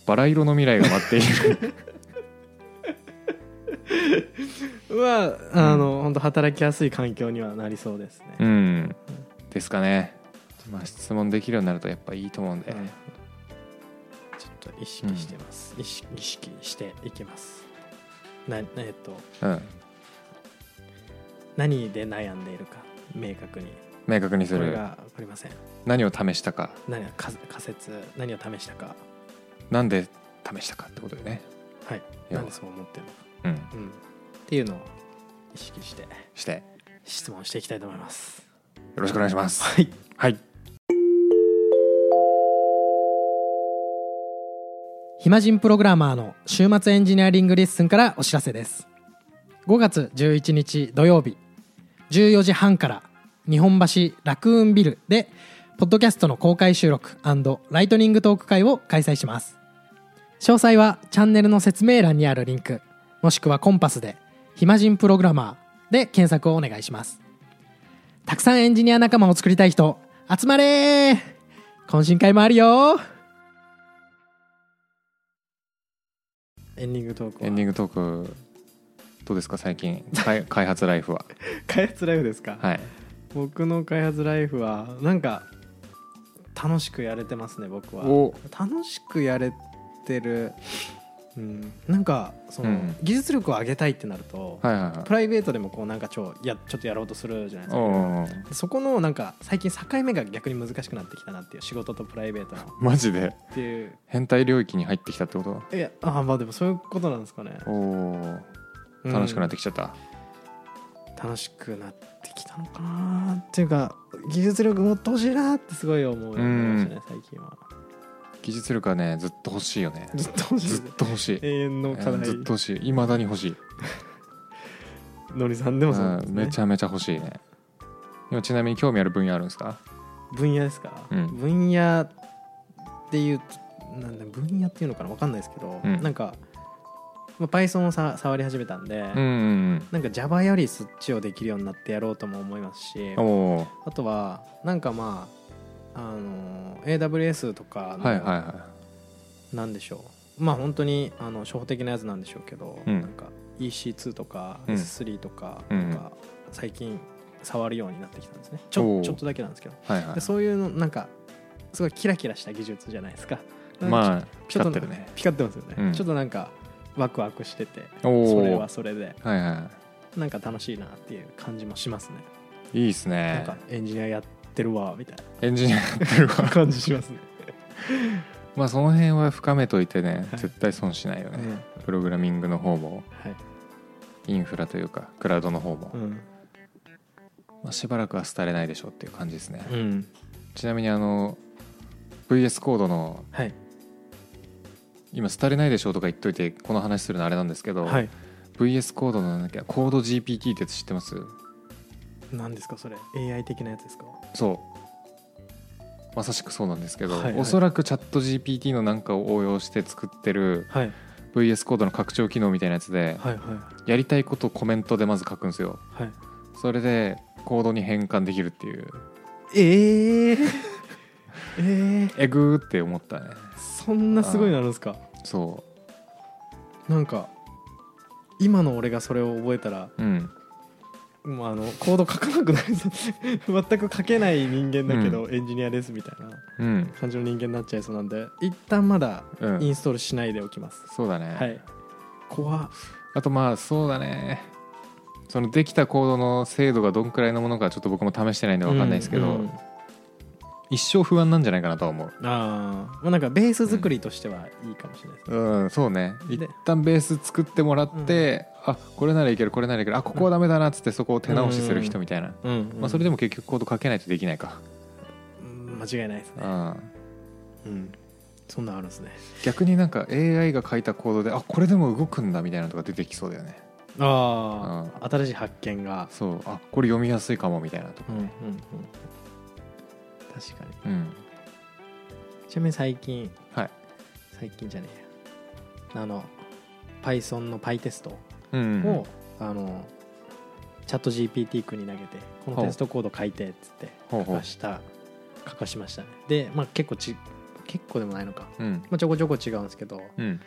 [SPEAKER 1] バラ色の未来が待ってい る
[SPEAKER 2] はあの本当働きやすい環境にはなりそうです
[SPEAKER 1] う
[SPEAKER 2] ね、
[SPEAKER 1] んですかね、まあ、質問できるようになるとやっぱいいと思うんで、
[SPEAKER 2] はいちょっと意識してます、意識意識していきますなえっと
[SPEAKER 1] うん、
[SPEAKER 2] 何で悩んでいるか明確に
[SPEAKER 1] 明確にす
[SPEAKER 2] これ
[SPEAKER 1] る
[SPEAKER 2] が分かりません
[SPEAKER 1] 何を試したか
[SPEAKER 2] 何が仮仮説何を試したか
[SPEAKER 1] なんで試したかってことよね
[SPEAKER 2] はい
[SPEAKER 1] いや
[SPEAKER 2] なんでそう思ってるのか、
[SPEAKER 1] うん
[SPEAKER 2] うん、っていうのを意識して
[SPEAKER 1] してよ
[SPEAKER 2] 質問していきたいと思います
[SPEAKER 1] ろしくお願いします
[SPEAKER 2] はい
[SPEAKER 1] はい
[SPEAKER 2] 暇人プログラマーの週末エンジニアリングレッスンからお知らせです5月11日土曜日14時半から日本橋ラクーンビルでポッドキャストの公開収録ライトニングトーク会を開催します詳細はチャンネルの説明欄にあるリンクもしくはコンパスで「暇人プログラマー」で検索をお願いしますたくさんエンジニア仲間を作りたい人集まれー懇親会もあるよーエンディングトーク
[SPEAKER 1] エンディングトークどうですか最 近開開発ライフは
[SPEAKER 2] 開発ライフですか、
[SPEAKER 1] はい
[SPEAKER 2] 僕の開発ライフはなんか楽しくやれてますね僕は
[SPEAKER 1] お
[SPEAKER 2] 楽しくやれてる、うん、なんかその、
[SPEAKER 1] うん
[SPEAKER 2] 技術力を上げたいってなると、
[SPEAKER 1] はいはいはい
[SPEAKER 2] プライベートでもこうなんかちょやちょっとやろうとするじゃないですか
[SPEAKER 1] おう
[SPEAKER 2] そこのなんか最近境目が逆に難しくなってきたなっていう仕事とプライベートのっ
[SPEAKER 1] マジで
[SPEAKER 2] ていう
[SPEAKER 1] 変態領域に入ってきたってこと
[SPEAKER 2] いやあーまあでもそういうことなんですかね
[SPEAKER 1] おお楽しくなって
[SPEAKER 2] き
[SPEAKER 1] きちゃった、
[SPEAKER 2] た、楽しくなってきたのかなっていうか技術力もっと欲しいなってすごい思うようになりましたね最近は
[SPEAKER 1] 技術力はねずっと欲しいよね
[SPEAKER 2] ずっと欲しいで
[SPEAKER 1] ずっ
[SPEAKER 2] す
[SPEAKER 1] と欲しい
[SPEAKER 2] 永遠の課
[SPEAKER 1] うん
[SPEAKER 2] 題
[SPEAKER 1] ずっと欲しいいまだに欲しい、
[SPEAKER 2] のりさんでもそうなんで
[SPEAKER 1] う
[SPEAKER 2] す
[SPEAKER 1] ん
[SPEAKER 2] ね
[SPEAKER 1] めちゃめちゃ欲しいね今ちなみに興味ある分野あるんですか
[SPEAKER 2] 分野ですか、
[SPEAKER 1] うん
[SPEAKER 2] 分野っていうなんだ分野っていうのかなわかんないですけど、
[SPEAKER 1] うん
[SPEAKER 2] なんか、まあ、Python をさ触り始めたんで、
[SPEAKER 1] うんうん
[SPEAKER 2] なんか Java よりそっちをできるようになってやろうとも思いますし
[SPEAKER 1] うんおー
[SPEAKER 2] あとはなんかまああの AWS とかの
[SPEAKER 1] はいはいは
[SPEAKER 2] なんでしょうまあ本当にあの初歩的なやつなんでしょうけど、
[SPEAKER 1] うん
[SPEAKER 2] なんか EC2 とか
[SPEAKER 1] うん
[SPEAKER 2] S3 とか,、
[SPEAKER 1] うん
[SPEAKER 2] なんか最近触るようになってきたんですねち
[SPEAKER 1] お
[SPEAKER 2] ょ
[SPEAKER 1] う
[SPEAKER 2] ちょっとだけなんですけど
[SPEAKER 1] いはいは
[SPEAKER 2] でそういうのなんかすごいキラキラした技術じゃないですか
[SPEAKER 1] いまあ
[SPEAKER 2] ちょ
[SPEAKER 1] 光ってるね
[SPEAKER 2] ピカってますよね、
[SPEAKER 1] うん
[SPEAKER 2] ちょっとなんかワクワクしてて
[SPEAKER 1] お
[SPEAKER 2] それ
[SPEAKER 1] お
[SPEAKER 2] はそれで
[SPEAKER 1] はいは
[SPEAKER 2] なんか楽しいなっていう感じもしますね、
[SPEAKER 1] いいいっす
[SPEAKER 2] なん
[SPEAKER 1] ね
[SPEAKER 2] かエンジニアやってるわみたい
[SPEAKER 1] エンジニア やってる
[SPEAKER 2] な
[SPEAKER 1] わ
[SPEAKER 2] 感じしますね、
[SPEAKER 1] まあその辺は深めといてね
[SPEAKER 2] はい
[SPEAKER 1] 絶対損しないよ
[SPEAKER 2] う
[SPEAKER 1] ね、
[SPEAKER 2] ん
[SPEAKER 1] プログラミングの方も
[SPEAKER 2] はい
[SPEAKER 1] インフラというかクラウドの方も、
[SPEAKER 2] うん
[SPEAKER 1] まあ、しばらくは廃れないでしょうっていう感じですね、
[SPEAKER 2] うん
[SPEAKER 1] ちなみにあの VS コードの
[SPEAKER 2] はい
[SPEAKER 1] 今廃れないでしょうとか言っといてこの話するのあれなんですけど、
[SPEAKER 2] はい
[SPEAKER 1] VS コードのなんだっけコード GPT ってやつ知ってます
[SPEAKER 2] 何ですかそれ AI 的なやつですか
[SPEAKER 1] そうまさしくそうなんですけど、
[SPEAKER 2] はいはい
[SPEAKER 1] おそらくチャット GPT のなんかを応用して作ってる
[SPEAKER 2] はい
[SPEAKER 1] VS コードの拡張機能みたいなやつで
[SPEAKER 2] はいはい
[SPEAKER 1] やりたいことをコメントでまず書くんですよ
[SPEAKER 2] はい
[SPEAKER 1] それでコードに変換できるっていう
[SPEAKER 2] ええええ
[SPEAKER 1] えぐーって思ったね
[SPEAKER 2] そんなすごいのあるんですか
[SPEAKER 1] そ
[SPEAKER 2] なんか今の俺がそれを覚えたら
[SPEAKER 1] ううん
[SPEAKER 2] もうあのコード書かなくなりそう全く書けない人間だけど、エンジニアですみたいな
[SPEAKER 1] うん
[SPEAKER 2] 感じの人間になっちゃいそうなんで一旦まだ
[SPEAKER 1] うん
[SPEAKER 2] インストールしないでおきます、
[SPEAKER 1] そうだね、
[SPEAKER 2] はい怖っ
[SPEAKER 1] あとまあそうだねそのできたコードの精度がどんくらいのものかちょっと僕も試してないんで分かんないですけど、
[SPEAKER 2] うんうん
[SPEAKER 1] 一生不安なんじゃないかなとは思う
[SPEAKER 2] あーまあなんかベース作りとしてはいいかもしれないです、
[SPEAKER 1] うんそうね
[SPEAKER 2] で
[SPEAKER 1] 一旦ベース作ってもらって、あこれならいけるこれならいけるあここはダメだなっつってそこを手直しする人みたいな、
[SPEAKER 2] うん
[SPEAKER 1] まあ、それでも結局コード書けないとできないか、
[SPEAKER 2] うん間違いないです
[SPEAKER 1] うん、
[SPEAKER 2] ね、うん、そんなんあるんですね
[SPEAKER 1] 逆になんか AI が書いたコードであこれでも動くんだみたいなのとか出てきそうだよね
[SPEAKER 2] ああ、新しい発見が、
[SPEAKER 1] そうあこれ読みやすいかもみたいなとか
[SPEAKER 2] うんうんうん
[SPEAKER 1] ね、、
[SPEAKER 2] 確かに
[SPEAKER 1] うん
[SPEAKER 2] ちなみに最近
[SPEAKER 1] はい
[SPEAKER 2] 最近じゃねえやあの Python の PyTest を、
[SPEAKER 1] うんうんうん
[SPEAKER 2] あのチャット GPT 君に投げてこの
[SPEAKER 1] ほう
[SPEAKER 2] テストコード書いてっつって
[SPEAKER 1] ほう
[SPEAKER 2] 書
[SPEAKER 1] ほう
[SPEAKER 2] かした書かしましたねで、まあ、結構ち結構でもないのか、
[SPEAKER 1] うん
[SPEAKER 2] まあ、ちょこちょこ違うんですけど、
[SPEAKER 1] うん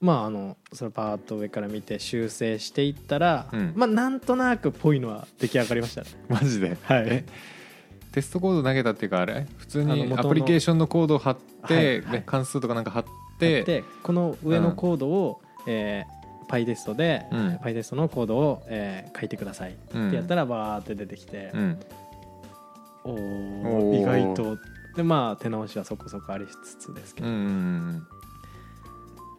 [SPEAKER 2] まああのそれパーッと上から見て修正していったら、
[SPEAKER 1] うん
[SPEAKER 2] まあなんとなくぽいのは出来上がりましたね
[SPEAKER 1] マジで
[SPEAKER 2] はい
[SPEAKER 1] テストコード投げたっていうかあれ普通
[SPEAKER 2] あの
[SPEAKER 1] に
[SPEAKER 2] 元
[SPEAKER 1] ア
[SPEAKER 2] の
[SPEAKER 1] プリケーションのコードを貼っ
[SPEAKER 2] はい
[SPEAKER 1] て、
[SPEAKER 2] はい
[SPEAKER 1] ね関数とかなんか貼って
[SPEAKER 2] でこの上
[SPEAKER 1] う
[SPEAKER 2] の
[SPEAKER 1] ん
[SPEAKER 2] コードを、えー、パイテストで、
[SPEAKER 1] うん
[SPEAKER 2] p y テストのコードを、えー書いてくださいっ
[SPEAKER 1] うん
[SPEAKER 2] てやったらバーって出てきて
[SPEAKER 1] う、ん
[SPEAKER 2] お
[SPEAKER 1] おー
[SPEAKER 2] お意外とでまあ手直しはそこそこありつつですけ
[SPEAKER 1] うん
[SPEAKER 2] ど、
[SPEAKER 1] うんうん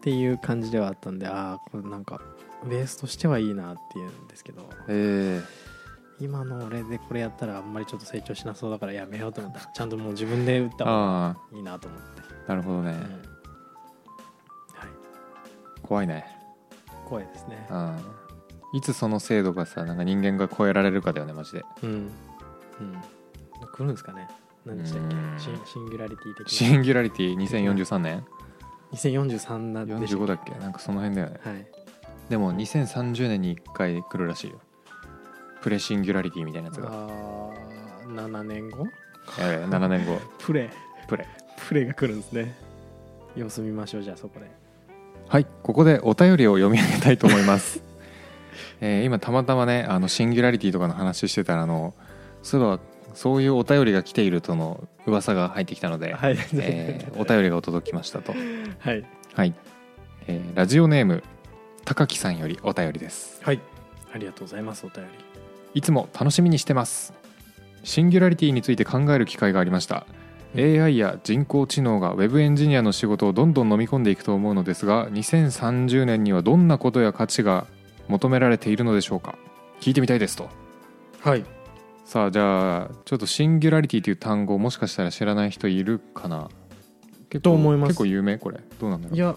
[SPEAKER 2] っていう感じではあったんでああこれなんかベースとしてはいいなっていうんですけど
[SPEAKER 1] え
[SPEAKER 2] 今の俺でこれやったらあんまりちょっと成長しなそうだからやめようと思ったちゃんともう自分で打っ
[SPEAKER 1] ー、
[SPEAKER 2] た方が
[SPEAKER 1] あ
[SPEAKER 2] いいなと思って、
[SPEAKER 1] あなるほどね、
[SPEAKER 2] うんはい
[SPEAKER 1] 怖いね
[SPEAKER 2] 怖いですね
[SPEAKER 1] あーいつその精度がさなんか人間が超えられるかだよねマジで
[SPEAKER 2] うんうん来るんですかね何でしたっけ
[SPEAKER 1] うん
[SPEAKER 2] シンシンギュラリティ的
[SPEAKER 1] シンギュラリティ2043年
[SPEAKER 2] 2043なんでした
[SPEAKER 1] 45だっけなんかその辺だよね
[SPEAKER 2] はい
[SPEAKER 1] でも2030年に1回来るらしいよプレシンギュラリティみたいなやつが、
[SPEAKER 2] あー7年後
[SPEAKER 1] えー、7年後
[SPEAKER 2] プレ
[SPEAKER 1] プレ
[SPEAKER 2] プレが来るんですね様子見ましょうじゃあそこで
[SPEAKER 1] はいここでお便りを読み上げたいと思います えー今たまたまねあのシンギュラリティとかの話してたらあのそういえばそういうお便りが来ているとの噂が入ってきたので、
[SPEAKER 2] はい、
[SPEAKER 1] えーお便りが届きましたと
[SPEAKER 2] はい
[SPEAKER 1] はい、えーラジオネーム高木さんよりお便りです
[SPEAKER 2] はいありがとうございますお便り
[SPEAKER 1] いつも楽しみにしてますシンギュラリティについて考える機会がありました AI や人工知能が Web エンジニアの仕事をどんどん飲み込んでいくと思うのですが2030年にはどんなことや価値が求められているのでしょうか聞いてみたいですと
[SPEAKER 2] はい
[SPEAKER 1] さあじゃあちょっとシンギュラリティという単語もしかしたら知らない人いるかな結
[SPEAKER 2] と思います
[SPEAKER 1] 結構有名これどうなんだろ
[SPEAKER 2] いうや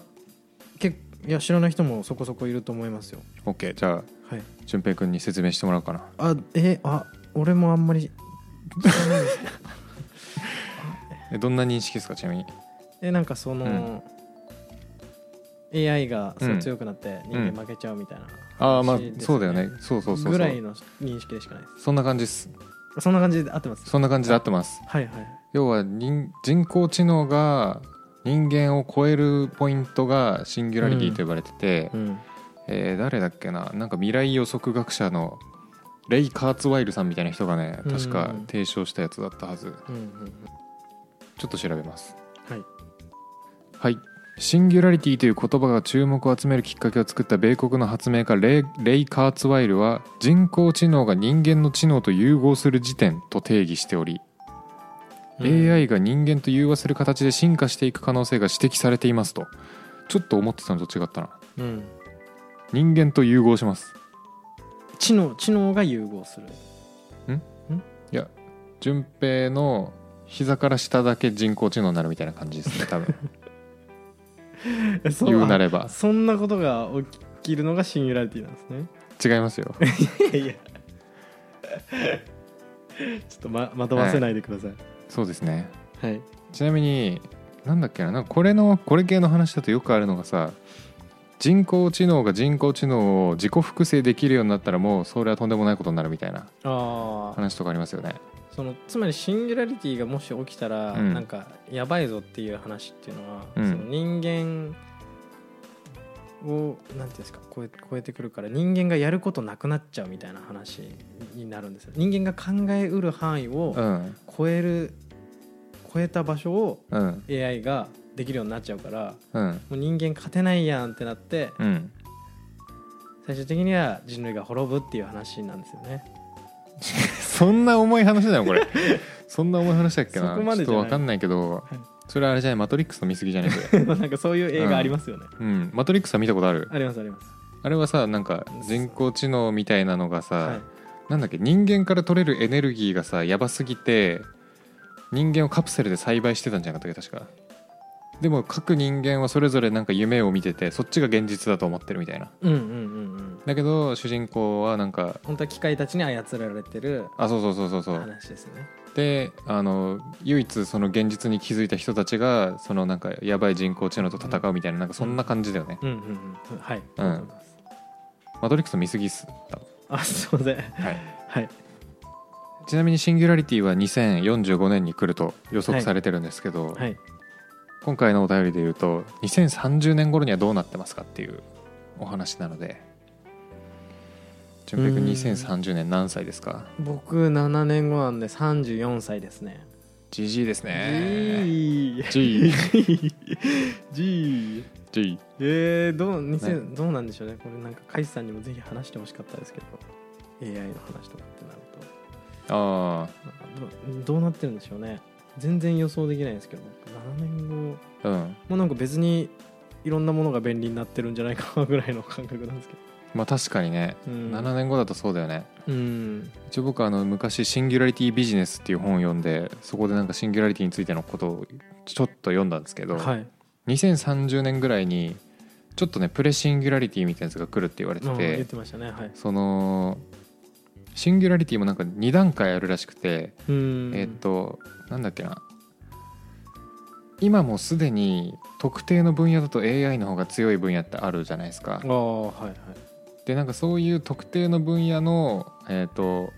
[SPEAKER 2] けいや知らない人もそこそこいると思いますよ
[SPEAKER 1] OK じゃあ
[SPEAKER 2] はい
[SPEAKER 1] 淳平君に説明してもらおうかな
[SPEAKER 2] あえあ俺もあんまり知らないです
[SPEAKER 1] えどんな認識ですかちなみに
[SPEAKER 2] えなんかその、AI がそううん強くなって人間負けちゃうみたいな、
[SPEAKER 1] ああまあ
[SPEAKER 2] ですね
[SPEAKER 1] そうだよねそうそうそうそう
[SPEAKER 2] ぐらいの認識でしかないで
[SPEAKER 1] そんな感じです
[SPEAKER 2] すそんな感じで合ってます
[SPEAKER 1] そんな感じで合ってます
[SPEAKER 2] はいはい
[SPEAKER 1] 要は人人工知能が人間を超えるポイントがシンギュラリティと呼ばれてて、
[SPEAKER 2] うん
[SPEAKER 1] えー誰だっけななんか未来予測学者のレイ・カーツワイルさんみたいな人がね確か
[SPEAKER 2] うん
[SPEAKER 1] 提唱したやつだったはず
[SPEAKER 2] うんうん
[SPEAKER 1] ちょっと調べます
[SPEAKER 2] はい
[SPEAKER 1] はいシンギュラリティという言葉が注目を集めるきっかけを作った米国の発明家レイレイ・カーツワイルは人工知能が人間の知能と融合する時点と定義しており、AI が人間と融和する形で進化していく可能性が指摘されていますとちょっと思ってたのと違ったな
[SPEAKER 2] うん
[SPEAKER 1] 人間と融合します
[SPEAKER 2] 知能知能が融合する
[SPEAKER 1] 順平の膝から下だけ人工知能になるみたいな感じ ですね多分言うなれば
[SPEAKER 2] そんなことが起きるのがシンギュラリティなんですね
[SPEAKER 1] 違います よ
[SPEAKER 2] いやいや ちょっとままとわせないでください
[SPEAKER 1] そうですね
[SPEAKER 2] はい、
[SPEAKER 1] ちなみになんだっけななんかこれのこれ系の話だとよくあるのがさ人工知能が人工知能を自己複製できるようになったらもうそれはとんでもないことになるみたいな
[SPEAKER 2] ああ
[SPEAKER 1] 話とかありますよね
[SPEAKER 2] そのつまりシンギュラリティがもし起きたら、
[SPEAKER 1] うん
[SPEAKER 2] なんかやばいぞっていう話っていうのは、
[SPEAKER 1] うん
[SPEAKER 2] その人間をなんていうんですか超え超えてくるから人間がやることなくなっちゃうみたいな話になるんですよ人間が考えうる範囲を
[SPEAKER 1] うん
[SPEAKER 2] 超える超えた場所を
[SPEAKER 1] うん
[SPEAKER 2] AI ができるようになっちゃうから
[SPEAKER 1] うん
[SPEAKER 2] もう人間勝てないやんってなって
[SPEAKER 1] うん
[SPEAKER 2] 最終的には人類が滅ぶっていう話なんですよね
[SPEAKER 1] そんな重い話だよこれそんな重い話だっけな
[SPEAKER 2] そこまでじゃない
[SPEAKER 1] ちょっと分かんないけど
[SPEAKER 2] い
[SPEAKER 1] それあれじゃないマトリックスの見過ぎじゃね え
[SPEAKER 2] なんかそういう映画ありますよね、
[SPEAKER 1] うんマトリックスは見たことある
[SPEAKER 2] ありますあります
[SPEAKER 1] あれはさなんか人工知能みたいなのがさ、
[SPEAKER 2] はい
[SPEAKER 1] なんだっけ人間から取れるエネルギーがさやばすぎて人間をカプセルで栽培してたんじゃなかったっけ確かでも各人間はそれぞれなんか夢を見ててそっちが現実だと思ってるみたいな
[SPEAKER 2] うんうんうんうん
[SPEAKER 1] だけど主人公はなんか
[SPEAKER 2] 本当は機械たちに操られてる
[SPEAKER 1] あそうそうそうそうそう
[SPEAKER 2] 話ですね
[SPEAKER 1] であの唯一その現実に気づいた人たちがそのなんかやばい人工知能と戦うみたいななんかそんな感じだよね、
[SPEAKER 2] うんうんうんはい、
[SPEAKER 1] うんマトリックス見過ぎっす
[SPEAKER 2] あすいません
[SPEAKER 1] はい
[SPEAKER 2] はい
[SPEAKER 1] ちなみにシンギュラリティは2045年に来ると予測されてるんですけど、
[SPEAKER 2] はい
[SPEAKER 1] 今回のお便りで言うと2030年頃にはどうなってますかっていうお話なので純平君
[SPEAKER 2] うーん
[SPEAKER 1] 2030年何歳ですか
[SPEAKER 2] 僕7年後なんで34歳ですね
[SPEAKER 1] GG ですね
[SPEAKER 2] G
[SPEAKER 1] GG
[SPEAKER 2] G えー、どう2000、どうなんでしょうねこれなんかカイさんにもぜひ話してほしかったですけど AI の話とかってなると
[SPEAKER 1] あ
[SPEAKER 2] なんかどうどうなってるんでしょうね全然予想できないですけど僕7年後
[SPEAKER 1] あうん
[SPEAKER 2] もうなんか別にいろんなものが便利になってるんじゃないかなぐらいの感覚なんですけ
[SPEAKER 1] まあ確かにね、
[SPEAKER 2] ど、うん、
[SPEAKER 1] 7年後だとそうだよね
[SPEAKER 2] うん
[SPEAKER 1] 一応僕あの昔「シンギュラリティビジネス」っていう本を読んでそこでなんかシンギュラリティについてのことをちょっと読んだんですけど、
[SPEAKER 2] はい
[SPEAKER 1] 2030年ぐらいにちょっとねプレシンギュラリティみたいなやつが来るって言われて
[SPEAKER 2] うん
[SPEAKER 1] て、
[SPEAKER 2] 言ってましたねはい
[SPEAKER 1] そのシンギュラリティもなんか2段階あるらしくて、
[SPEAKER 2] うん
[SPEAKER 1] えっとなんだっけな今もうすでに特定の分野だと AI の方が強い分野ってあるじゃないですか
[SPEAKER 2] あ。あはいはい
[SPEAKER 1] でなんかそういう特定の分野の、えっと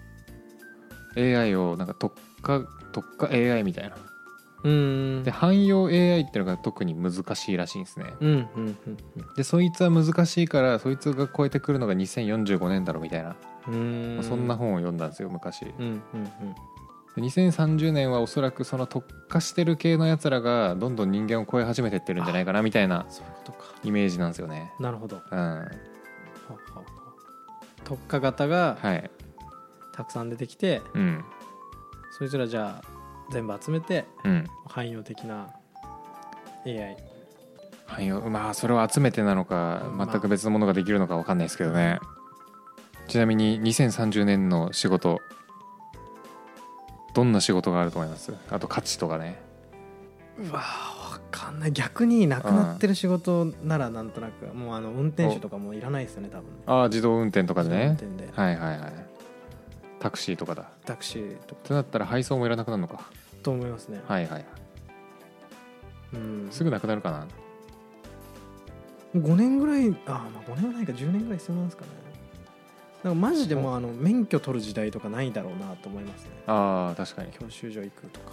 [SPEAKER 1] AI をなんか特化特化 AI みたいな。
[SPEAKER 2] うん
[SPEAKER 1] で汎用 AI っていうのが特に難しいらしいんですね。
[SPEAKER 2] うんうんうん
[SPEAKER 1] でそいつは難しいからそいつが超えてくるのが2045年だろみたいな、
[SPEAKER 2] うんうん
[SPEAKER 1] そんな本を読んだんですよ昔。
[SPEAKER 2] うんうん
[SPEAKER 1] で2030年はおそらくその特化してる系のやつらがどんどん人間を超え始めてってるんじゃないかなみたいな
[SPEAKER 2] そういうことか
[SPEAKER 1] イメージなんですよね。
[SPEAKER 2] なるほどは
[SPEAKER 1] うん、は
[SPEAKER 2] はは特化型が
[SPEAKER 1] い、
[SPEAKER 2] たくさん出てきて、
[SPEAKER 1] うん
[SPEAKER 2] そいつらじゃあ全部集めて
[SPEAKER 1] うん、
[SPEAKER 2] 汎用的な AI
[SPEAKER 1] 汎用まあそれを集めてなのか
[SPEAKER 2] まあ
[SPEAKER 1] 全く別のものができるのか分かんないですけどね。ちなみに2030年の仕事どんな仕事があると思いますあと価値とかね。
[SPEAKER 2] うわーわかんない逆になくなってる仕事ならなんとなくもうあの運転手とかもいらないですよね多分
[SPEAKER 1] ああ自動運転とかでね。
[SPEAKER 2] 運転で
[SPEAKER 1] はいはいはい。タクシーとかだ。
[SPEAKER 2] タクシーとか
[SPEAKER 1] となったら配送もいらなくなるのか。
[SPEAKER 2] と思いますね、
[SPEAKER 1] はいはいはい。
[SPEAKER 2] うん、
[SPEAKER 1] すぐなくなるかな。
[SPEAKER 2] 5年ぐらいあーまあ5年はないか10年ぐらい必要なんですかねなんかマジでもうあの免許取る時代とかないだろうなと思いますね
[SPEAKER 1] ああ確かに。
[SPEAKER 2] 教習所行くとか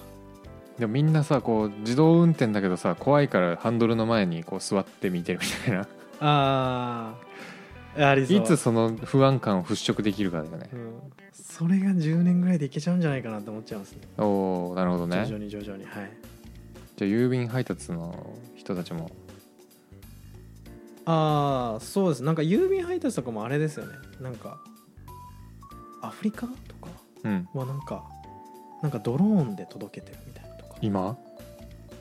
[SPEAKER 1] でもみんなさこう自動運転だけどさ怖いからハンドルの前にこう座って見てるみたいな
[SPEAKER 2] ああありそう
[SPEAKER 1] いつ、その不安感を払拭できるかだよね
[SPEAKER 2] う、ん、それが10年ぐらいでいけちゃうんじゃないかなと思っちゃいますね
[SPEAKER 1] おおなるほどね
[SPEAKER 2] 徐
[SPEAKER 1] じゃ
[SPEAKER 2] 々に徐々にはい
[SPEAKER 1] あ郵便配達の人たちも
[SPEAKER 2] ああそうですなんか郵便配達とかもあれですよねなんかアフリカとか
[SPEAKER 1] うん
[SPEAKER 2] はなんかなんかドローンで届けてるみたいなとか
[SPEAKER 1] 今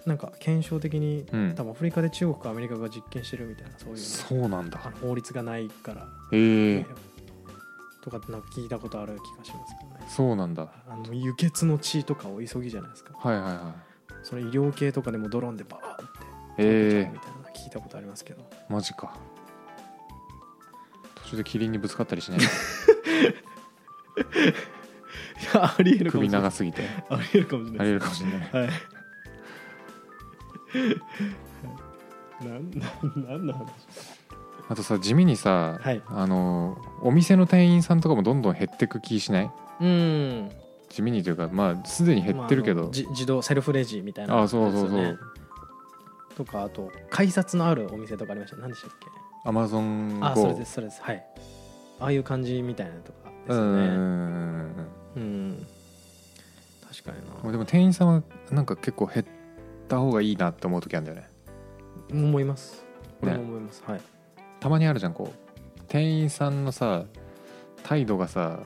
[SPEAKER 2] なんか検証的に
[SPEAKER 1] うん
[SPEAKER 2] 多分アフリカで中国かアメリカが実験してるみたいなそういうね
[SPEAKER 1] そうなん
[SPEAKER 2] あ
[SPEAKER 1] だ
[SPEAKER 2] の法律がないから、
[SPEAKER 1] ええ
[SPEAKER 2] とかってなんか聞いたことある気がしますけどね
[SPEAKER 1] そうなんだ
[SPEAKER 2] あの輸血の血とかを急ぎじゃないですか
[SPEAKER 1] はいはいは
[SPEAKER 2] それ医療系とかでもドローンでバーって
[SPEAKER 1] い
[SPEAKER 2] 届けちゃ
[SPEAKER 1] え
[SPEAKER 2] うみたいなの聞いたことありますけど、
[SPEAKER 1] えマジか途中でキリンにぶつかったり しない
[SPEAKER 2] いやありえるかも
[SPEAKER 1] 首
[SPEAKER 2] しれな
[SPEAKER 1] 長
[SPEAKER 2] い
[SPEAKER 1] すぎて
[SPEAKER 2] ありえるかもしれ
[SPEAKER 1] あ
[SPEAKER 2] な
[SPEAKER 1] りえ
[SPEAKER 2] いで
[SPEAKER 1] るかもしれない
[SPEAKER 2] すはいなんなんなんの話
[SPEAKER 1] あとさ地味にさ、
[SPEAKER 2] はい
[SPEAKER 1] あのお店の店員さんとかもどんどん減ってく気しない
[SPEAKER 2] うん
[SPEAKER 1] 地味にというかまあすでに減ってるけ
[SPEAKER 2] まあ
[SPEAKER 1] ど
[SPEAKER 2] あの、じ自動セルフレジみたいな
[SPEAKER 1] あ、そうそうそう、
[SPEAKER 2] ですよねとかあと改札のあるお店とかありましたね何でしたっけ
[SPEAKER 1] アマゾン GO
[SPEAKER 2] あそれですそれですはいああいう感じみたいなとかです
[SPEAKER 1] う
[SPEAKER 2] よ
[SPEAKER 1] んうんうん
[SPEAKER 2] ね
[SPEAKER 1] うん
[SPEAKER 2] うん確か
[SPEAKER 1] うんもう
[SPEAKER 2] に
[SPEAKER 1] でも店員さんはなんか結構減った方がいいなって思う時あるんだよね
[SPEAKER 2] な思います
[SPEAKER 1] ね
[SPEAKER 2] 俺も思います、はい
[SPEAKER 1] たまにあるじゃんこう店員さんのさ態度がさ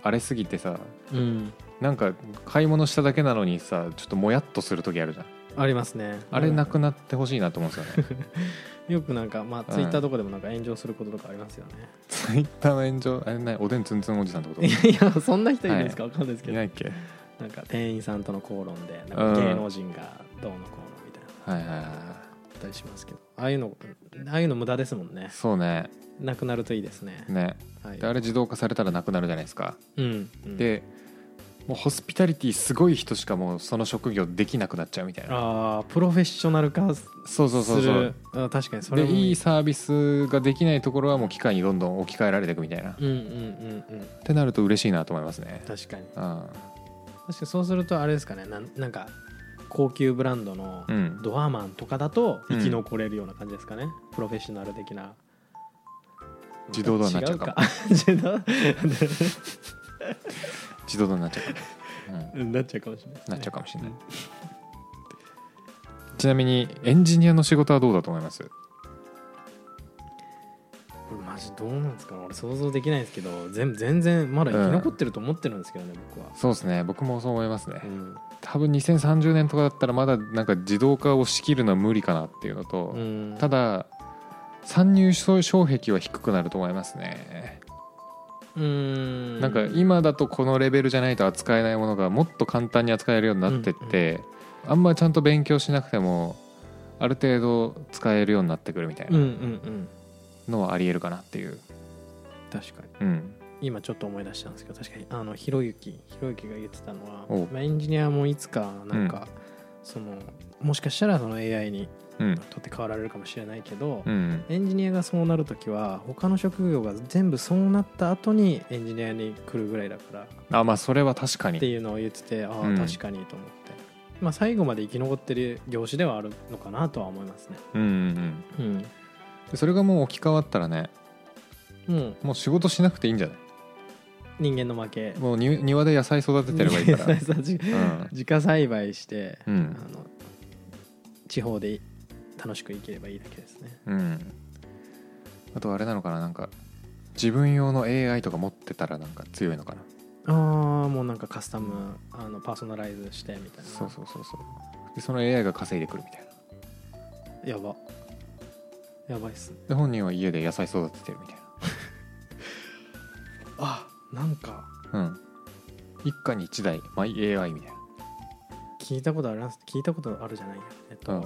[SPEAKER 1] 荒れすぎてさ
[SPEAKER 2] うん
[SPEAKER 1] なんか買い物しただけなのにさちょっともやっとする時あるじゃん
[SPEAKER 2] ありますね
[SPEAKER 1] あれなくなってほしいなと思うんですよ ね
[SPEAKER 2] よくなんかま
[SPEAKER 1] う
[SPEAKER 2] あ
[SPEAKER 1] ん
[SPEAKER 2] ツイッターとかでもなんか炎上することとかありますよね、
[SPEAKER 1] ツイッターの炎上あれないおでんつんつんおじさんってこと
[SPEAKER 2] い やいやそんな人いるんですかわかんないですけ
[SPEAKER 1] い
[SPEAKER 2] ど、
[SPEAKER 1] ないっけ
[SPEAKER 2] なんか店員さんとの口論でなんか芸能人がどうのこうのみたいなの
[SPEAKER 1] はいはいはい
[SPEAKER 2] あったりしますけどああいうのああいうの無駄ですもんね
[SPEAKER 1] そうね
[SPEAKER 2] なくなるといいですね、
[SPEAKER 1] ね
[SPEAKER 2] はい
[SPEAKER 1] であれ自動化されたらなくなるじゃないですか
[SPEAKER 2] うんうん、
[SPEAKER 1] でもうホスピタリティすごい人しかもうその職業できなくなっちゃうみたいな
[SPEAKER 2] ああプロフェッショナル化す
[SPEAKER 1] そうそうそうそう
[SPEAKER 2] るあ確かにそれ
[SPEAKER 1] で
[SPEAKER 2] も
[SPEAKER 1] いいサービスができないところはもう機械にどんどん置き換えられていくみたいな、っ
[SPEAKER 2] うんうんうんうん
[SPEAKER 1] てなると嬉しいなと思いますね
[SPEAKER 2] 確かに
[SPEAKER 1] うん
[SPEAKER 2] 確かにそうするとあれですかねなんなんか高級ブランドの
[SPEAKER 1] うん
[SPEAKER 2] ドアマンとかだと生き残れるような感じですかね、プロフェッショナル的な
[SPEAKER 1] 自動ドアになっちゃうかも
[SPEAKER 2] 違自 動
[SPEAKER 1] 自動ドアになっちゃ うから、うん
[SPEAKER 2] なっちゃうかもしれないですね、
[SPEAKER 1] なっちゃうかもしれない、ちなみにエンジニアの仕事はどうだと思います
[SPEAKER 2] これマジどうなんですかね俺想像できないですけど全全然まだ生き残ってると思ってるんですけどね、僕は、
[SPEAKER 1] そうですね僕もそう思いますね、
[SPEAKER 2] うん
[SPEAKER 1] 多分2030年とかだったらまだなんか自動化を仕切るのは無理かなっていうのと、
[SPEAKER 2] うん、
[SPEAKER 1] ただ参入障壁は低くなると思いますね、
[SPEAKER 2] うん
[SPEAKER 1] なんか今だとこのレベルじゃないと扱えないものがもっと簡単に扱えるようになってって、あんまりちゃんと勉強しなくてもある程度使えるようになってくるみたい
[SPEAKER 2] うんう
[SPEAKER 1] なん
[SPEAKER 2] うん
[SPEAKER 1] のはありえるかなっていう、
[SPEAKER 2] 確かに
[SPEAKER 1] うん、
[SPEAKER 2] 今ちょっと思い出したんですけど確かにあのひろゆきひろゆきが言ってたのは
[SPEAKER 1] おう、
[SPEAKER 2] まあ、エンジニアもいつかなんか、そのもしかしたらその AI に
[SPEAKER 1] うん
[SPEAKER 2] 取って代わられるかもしれないけど、
[SPEAKER 1] うん
[SPEAKER 2] エンジニアがそうなるときは他の職業が全部そうなった後にエンジニアに来るぐらいだから
[SPEAKER 1] あまあそれは確か
[SPEAKER 2] って
[SPEAKER 1] に
[SPEAKER 2] いうのを言っててああ
[SPEAKER 1] うん
[SPEAKER 2] 確かにと思って、まあ、最後まで生き残ってる業種ではあるのかなとは思いますね、
[SPEAKER 1] うんうん
[SPEAKER 2] うん、
[SPEAKER 1] うんそれがもう置き換わったらね
[SPEAKER 2] もう
[SPEAKER 1] もう仕事しなくていいんじゃない
[SPEAKER 2] 人間の 負け
[SPEAKER 1] もうに庭で野菜育ててればいいから
[SPEAKER 2] 自
[SPEAKER 1] うん
[SPEAKER 2] 自家栽培して、
[SPEAKER 1] うん
[SPEAKER 2] あの地方で楽しく生きればいいだけですね
[SPEAKER 1] うんあとあれなのかななんか自分用の AI とか持ってたらなんか強いのかな
[SPEAKER 2] ああもうなんかカスタム、あのパーソナライズしてみたいな
[SPEAKER 1] そうそうそうそうでその AI が稼いでくるみたいな
[SPEAKER 2] やばやばいっすね
[SPEAKER 1] で本人は家で野菜育ててるみたい
[SPEAKER 2] あなんか
[SPEAKER 1] なうん一家に一台マイ AI みたい
[SPEAKER 2] 聞いたことあります聞いたことあるじゃないやえっと、
[SPEAKER 1] うん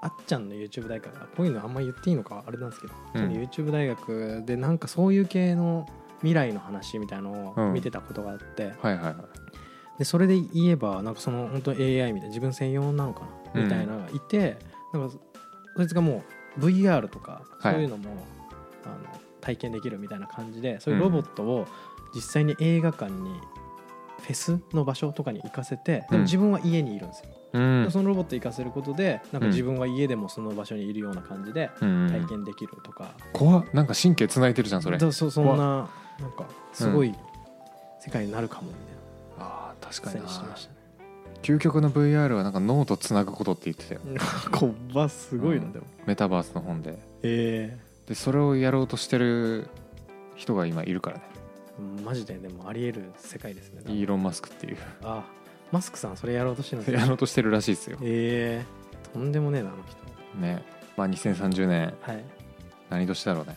[SPEAKER 2] あっちゃんの YouTube 大学こういうのあんま言っていいのかあれなんですけど、
[SPEAKER 1] うん
[SPEAKER 2] その YouTube 大学でなんかそういう系の未来の話みたいの
[SPEAKER 1] う
[SPEAKER 2] を
[SPEAKER 1] ん
[SPEAKER 2] 見てたことがあって、
[SPEAKER 1] なはいはいはい
[SPEAKER 2] でそれで言えばなんかその本当 AI みたいな自分専用なのか
[SPEAKER 1] う
[SPEAKER 2] な
[SPEAKER 1] ん
[SPEAKER 2] みたいなのがいて、なんかそいつがもう VR とかそ
[SPEAKER 1] はいう
[SPEAKER 2] いうのも、あの体験できるみたいな感じでそういうロボットを実際に映画館にフェスの場所とかに行かせてで
[SPEAKER 1] うん
[SPEAKER 2] も自分は家にいるんですよ、
[SPEAKER 1] うん
[SPEAKER 2] そのロボット行かせることでなんか自分は家でもその場所にいるような感じで
[SPEAKER 1] うんうん
[SPEAKER 2] 体験できるとか、
[SPEAKER 1] 怖っなんか神経つないでるじゃんそれ
[SPEAKER 2] だそそんななんかすごい世界になるかもみ
[SPEAKER 1] あー確か
[SPEAKER 2] たいな
[SPEAKER 1] に
[SPEAKER 2] 感
[SPEAKER 1] な
[SPEAKER 2] じしてましたね
[SPEAKER 1] 究極の VR はなんか脳とつなぐことって言ってたよ
[SPEAKER 2] こばすごいな、
[SPEAKER 1] うん
[SPEAKER 2] でも
[SPEAKER 1] メタバースの本で
[SPEAKER 2] え
[SPEAKER 1] でそれをやろうとしてる人が今いるからね
[SPEAKER 2] えマジででもありえる世界ですね
[SPEAKER 1] イーロン・マスクっていう
[SPEAKER 2] あマスクさんそれやろうとしてるんです
[SPEAKER 1] や
[SPEAKER 2] ね
[SPEAKER 1] ろうとしてるらしいですよ
[SPEAKER 2] ええとんでもねえなあの人
[SPEAKER 1] ねまあ2030年
[SPEAKER 2] はい
[SPEAKER 1] 何年だろうね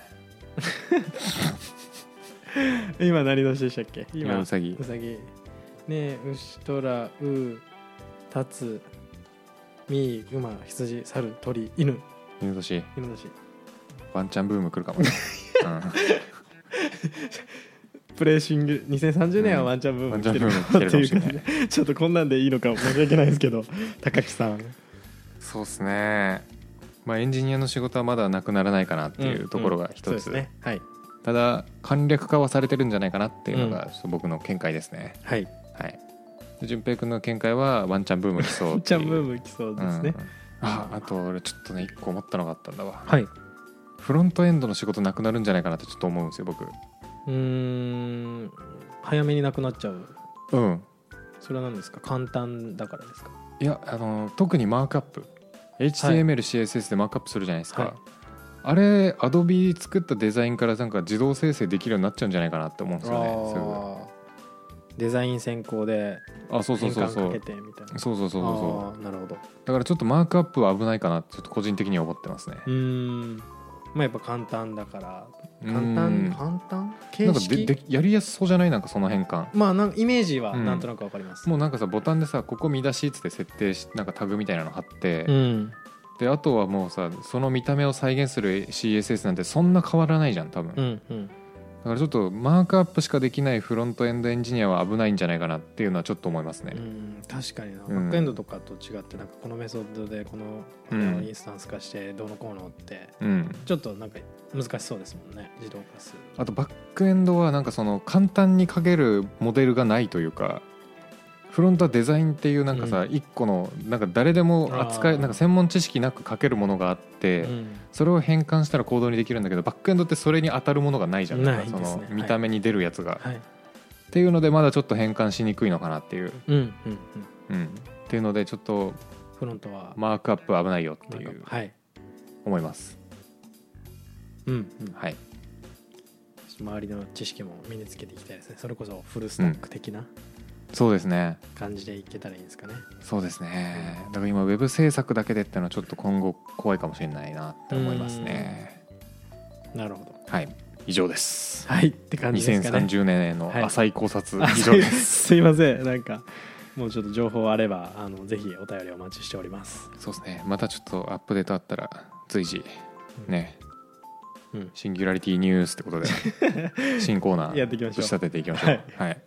[SPEAKER 2] 今何年でしたっけ今
[SPEAKER 1] 今うさぎ
[SPEAKER 2] うさぎねえ牛とらうたつみ馬羊猿鳥犬
[SPEAKER 1] 犬年
[SPEAKER 2] 犬だし
[SPEAKER 1] ワンチャンブーム来るかもね、
[SPEAKER 2] プレーシング2030年はワンチャンブ
[SPEAKER 1] うん、ワ
[SPEAKER 2] ーム
[SPEAKER 1] ンチャ
[SPEAKER 2] 来て
[SPEAKER 1] ン
[SPEAKER 2] る
[SPEAKER 1] ブーム来てるかもしれない
[SPEAKER 2] ちょっとこんなんでいいのか申し訳ないですけど高木さん
[SPEAKER 1] そうですねまあエンジニアの仕事はまだなくならないかなっていうところが一つ、
[SPEAKER 2] そうですねはい
[SPEAKER 1] ただ簡略化はされてるんじゃないかなっていうのがちょっと僕の見解ですね、
[SPEAKER 2] はい
[SPEAKER 1] はいで順平君の見解はワンチャンブーム来そうって
[SPEAKER 2] ち
[SPEAKER 1] い
[SPEAKER 2] ゃ
[SPEAKER 1] うん
[SPEAKER 2] ブーム来そうですね。
[SPEAKER 1] うんああと俺ちょっとね一個思ったのがあったんだわ
[SPEAKER 2] はい。
[SPEAKER 1] フロントエンドの仕事なくなるんじゃないかなってちょっと思うんですよ僕
[SPEAKER 2] うーん早めになくなっちゃう
[SPEAKER 1] うん
[SPEAKER 2] それは何ですか簡単だからですか
[SPEAKER 1] いやあの特にマークアップ HTML、CSS でマークアップするじゃないですか、
[SPEAKER 2] はい
[SPEAKER 1] あれ Adobe 作ったデザインからなんか自動生成できるようになっちゃうんじゃないかなって思うんですよねすぐ
[SPEAKER 2] あーデザイン先行で
[SPEAKER 1] あそうそ
[SPEAKER 2] 変
[SPEAKER 1] うそうそ
[SPEAKER 2] 換か
[SPEAKER 1] う
[SPEAKER 2] けてみたいな
[SPEAKER 1] そうそうそうそうそう
[SPEAKER 2] あーなるほど
[SPEAKER 1] だからちょっとマークアップは危ないかなってちょっと個人的には思ってますね
[SPEAKER 2] うーんまあやっぱ簡単だから簡
[SPEAKER 1] うん
[SPEAKER 2] 単簡単
[SPEAKER 1] な
[SPEAKER 2] 形
[SPEAKER 1] んかで
[SPEAKER 2] 式
[SPEAKER 1] でやりやすそうじゃないなんかその変換
[SPEAKER 2] まあなんイメージは
[SPEAKER 1] うん
[SPEAKER 2] なんとなくわかります、
[SPEAKER 1] もうなんかさボタンでさここ見出しっつって設定しなんかタグみたいなの貼って、
[SPEAKER 2] うん
[SPEAKER 1] であとはもうさその見た目を再現する CSS なんてそんな変わらないじゃん多分、
[SPEAKER 2] う
[SPEAKER 1] だ
[SPEAKER 2] んうん
[SPEAKER 1] からちょっとマークアップしかできないフロントエンドエンジニアは危ないんじゃないかなっていうのはちょっと思いますね、
[SPEAKER 2] うん確かにな、
[SPEAKER 1] うん
[SPEAKER 2] バックエンドとかと違ってなんかこのメソッドでこのこれ
[SPEAKER 1] う
[SPEAKER 2] を
[SPEAKER 1] ん
[SPEAKER 2] インスタンス化してどうのこうのって
[SPEAKER 1] うん、
[SPEAKER 2] ちょっとなんか難しそうですもんね自動化する
[SPEAKER 1] あとバックエンドはなんかその簡単に書けるモデルがないというかフロントはデザインっていうなんかさ、
[SPEAKER 2] う
[SPEAKER 1] 一個のなんか誰でも扱
[SPEAKER 2] あ
[SPEAKER 1] い
[SPEAKER 2] ー
[SPEAKER 1] なんか専門知識なく書けるものがあって、
[SPEAKER 2] うん
[SPEAKER 1] それを変換したら行動にできるんだけどバックエンドってそれに当たるものがないじゃん
[SPEAKER 2] ないです
[SPEAKER 1] そ
[SPEAKER 2] ね
[SPEAKER 1] の
[SPEAKER 2] はい
[SPEAKER 1] 見た目に出るやつが、
[SPEAKER 2] はい
[SPEAKER 1] っていうのでまだちょっと変換しにくいのかなっていう、
[SPEAKER 2] うんうんうん
[SPEAKER 1] うん、っていうのでちょっと
[SPEAKER 2] フロントは
[SPEAKER 1] マークアップ危ないよってい
[SPEAKER 2] なん
[SPEAKER 1] う
[SPEAKER 2] かはい
[SPEAKER 1] 思います
[SPEAKER 2] うんうん
[SPEAKER 1] はい
[SPEAKER 2] 周りの知識も身につけていきたいですねそれこそフルスタック的な
[SPEAKER 1] そうですね
[SPEAKER 2] 感じでいけたらいいんですかね、
[SPEAKER 1] そうですねだから今ウェブ制作だけでってのはちょっと今後怖いかもしれないなって思いますね
[SPEAKER 2] なるほど
[SPEAKER 1] はい以上です
[SPEAKER 2] はいって感じですかね
[SPEAKER 1] 2030年への
[SPEAKER 2] はい
[SPEAKER 1] 浅い考察
[SPEAKER 2] あ
[SPEAKER 1] 以上です
[SPEAKER 2] すいませんなんかもうちょっと情報あればあのぜひお便りお待ちしております
[SPEAKER 1] すそうですねまたちょっとアップデートあったら随時ね
[SPEAKER 2] うん
[SPEAKER 1] シンギュラリティニュースってこと で新コーナー
[SPEAKER 2] やっていきましょう
[SPEAKER 1] 仕立てていきましょう
[SPEAKER 2] はい、
[SPEAKER 1] はい、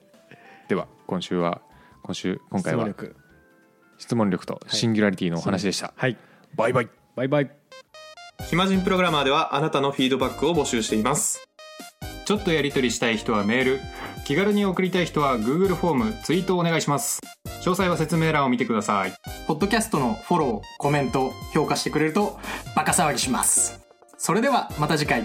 [SPEAKER 1] では今週は今週今回は
[SPEAKER 2] 質問力
[SPEAKER 1] 質問力とシンギュラリティのお話でした、
[SPEAKER 2] はい
[SPEAKER 1] バイバイ
[SPEAKER 2] バイバイ
[SPEAKER 3] 暇人プログラマーではあなたのフィードバックを募集しています
[SPEAKER 1] ちょっとやり取りしたい人はメール気軽に送りたい人は Google フォームツイートお願いします
[SPEAKER 3] 詳細は説明欄を見てください
[SPEAKER 4] ポッドキャストのフォロー、コメント、評価してくれるとバカ騒ぎします。それではまた次回。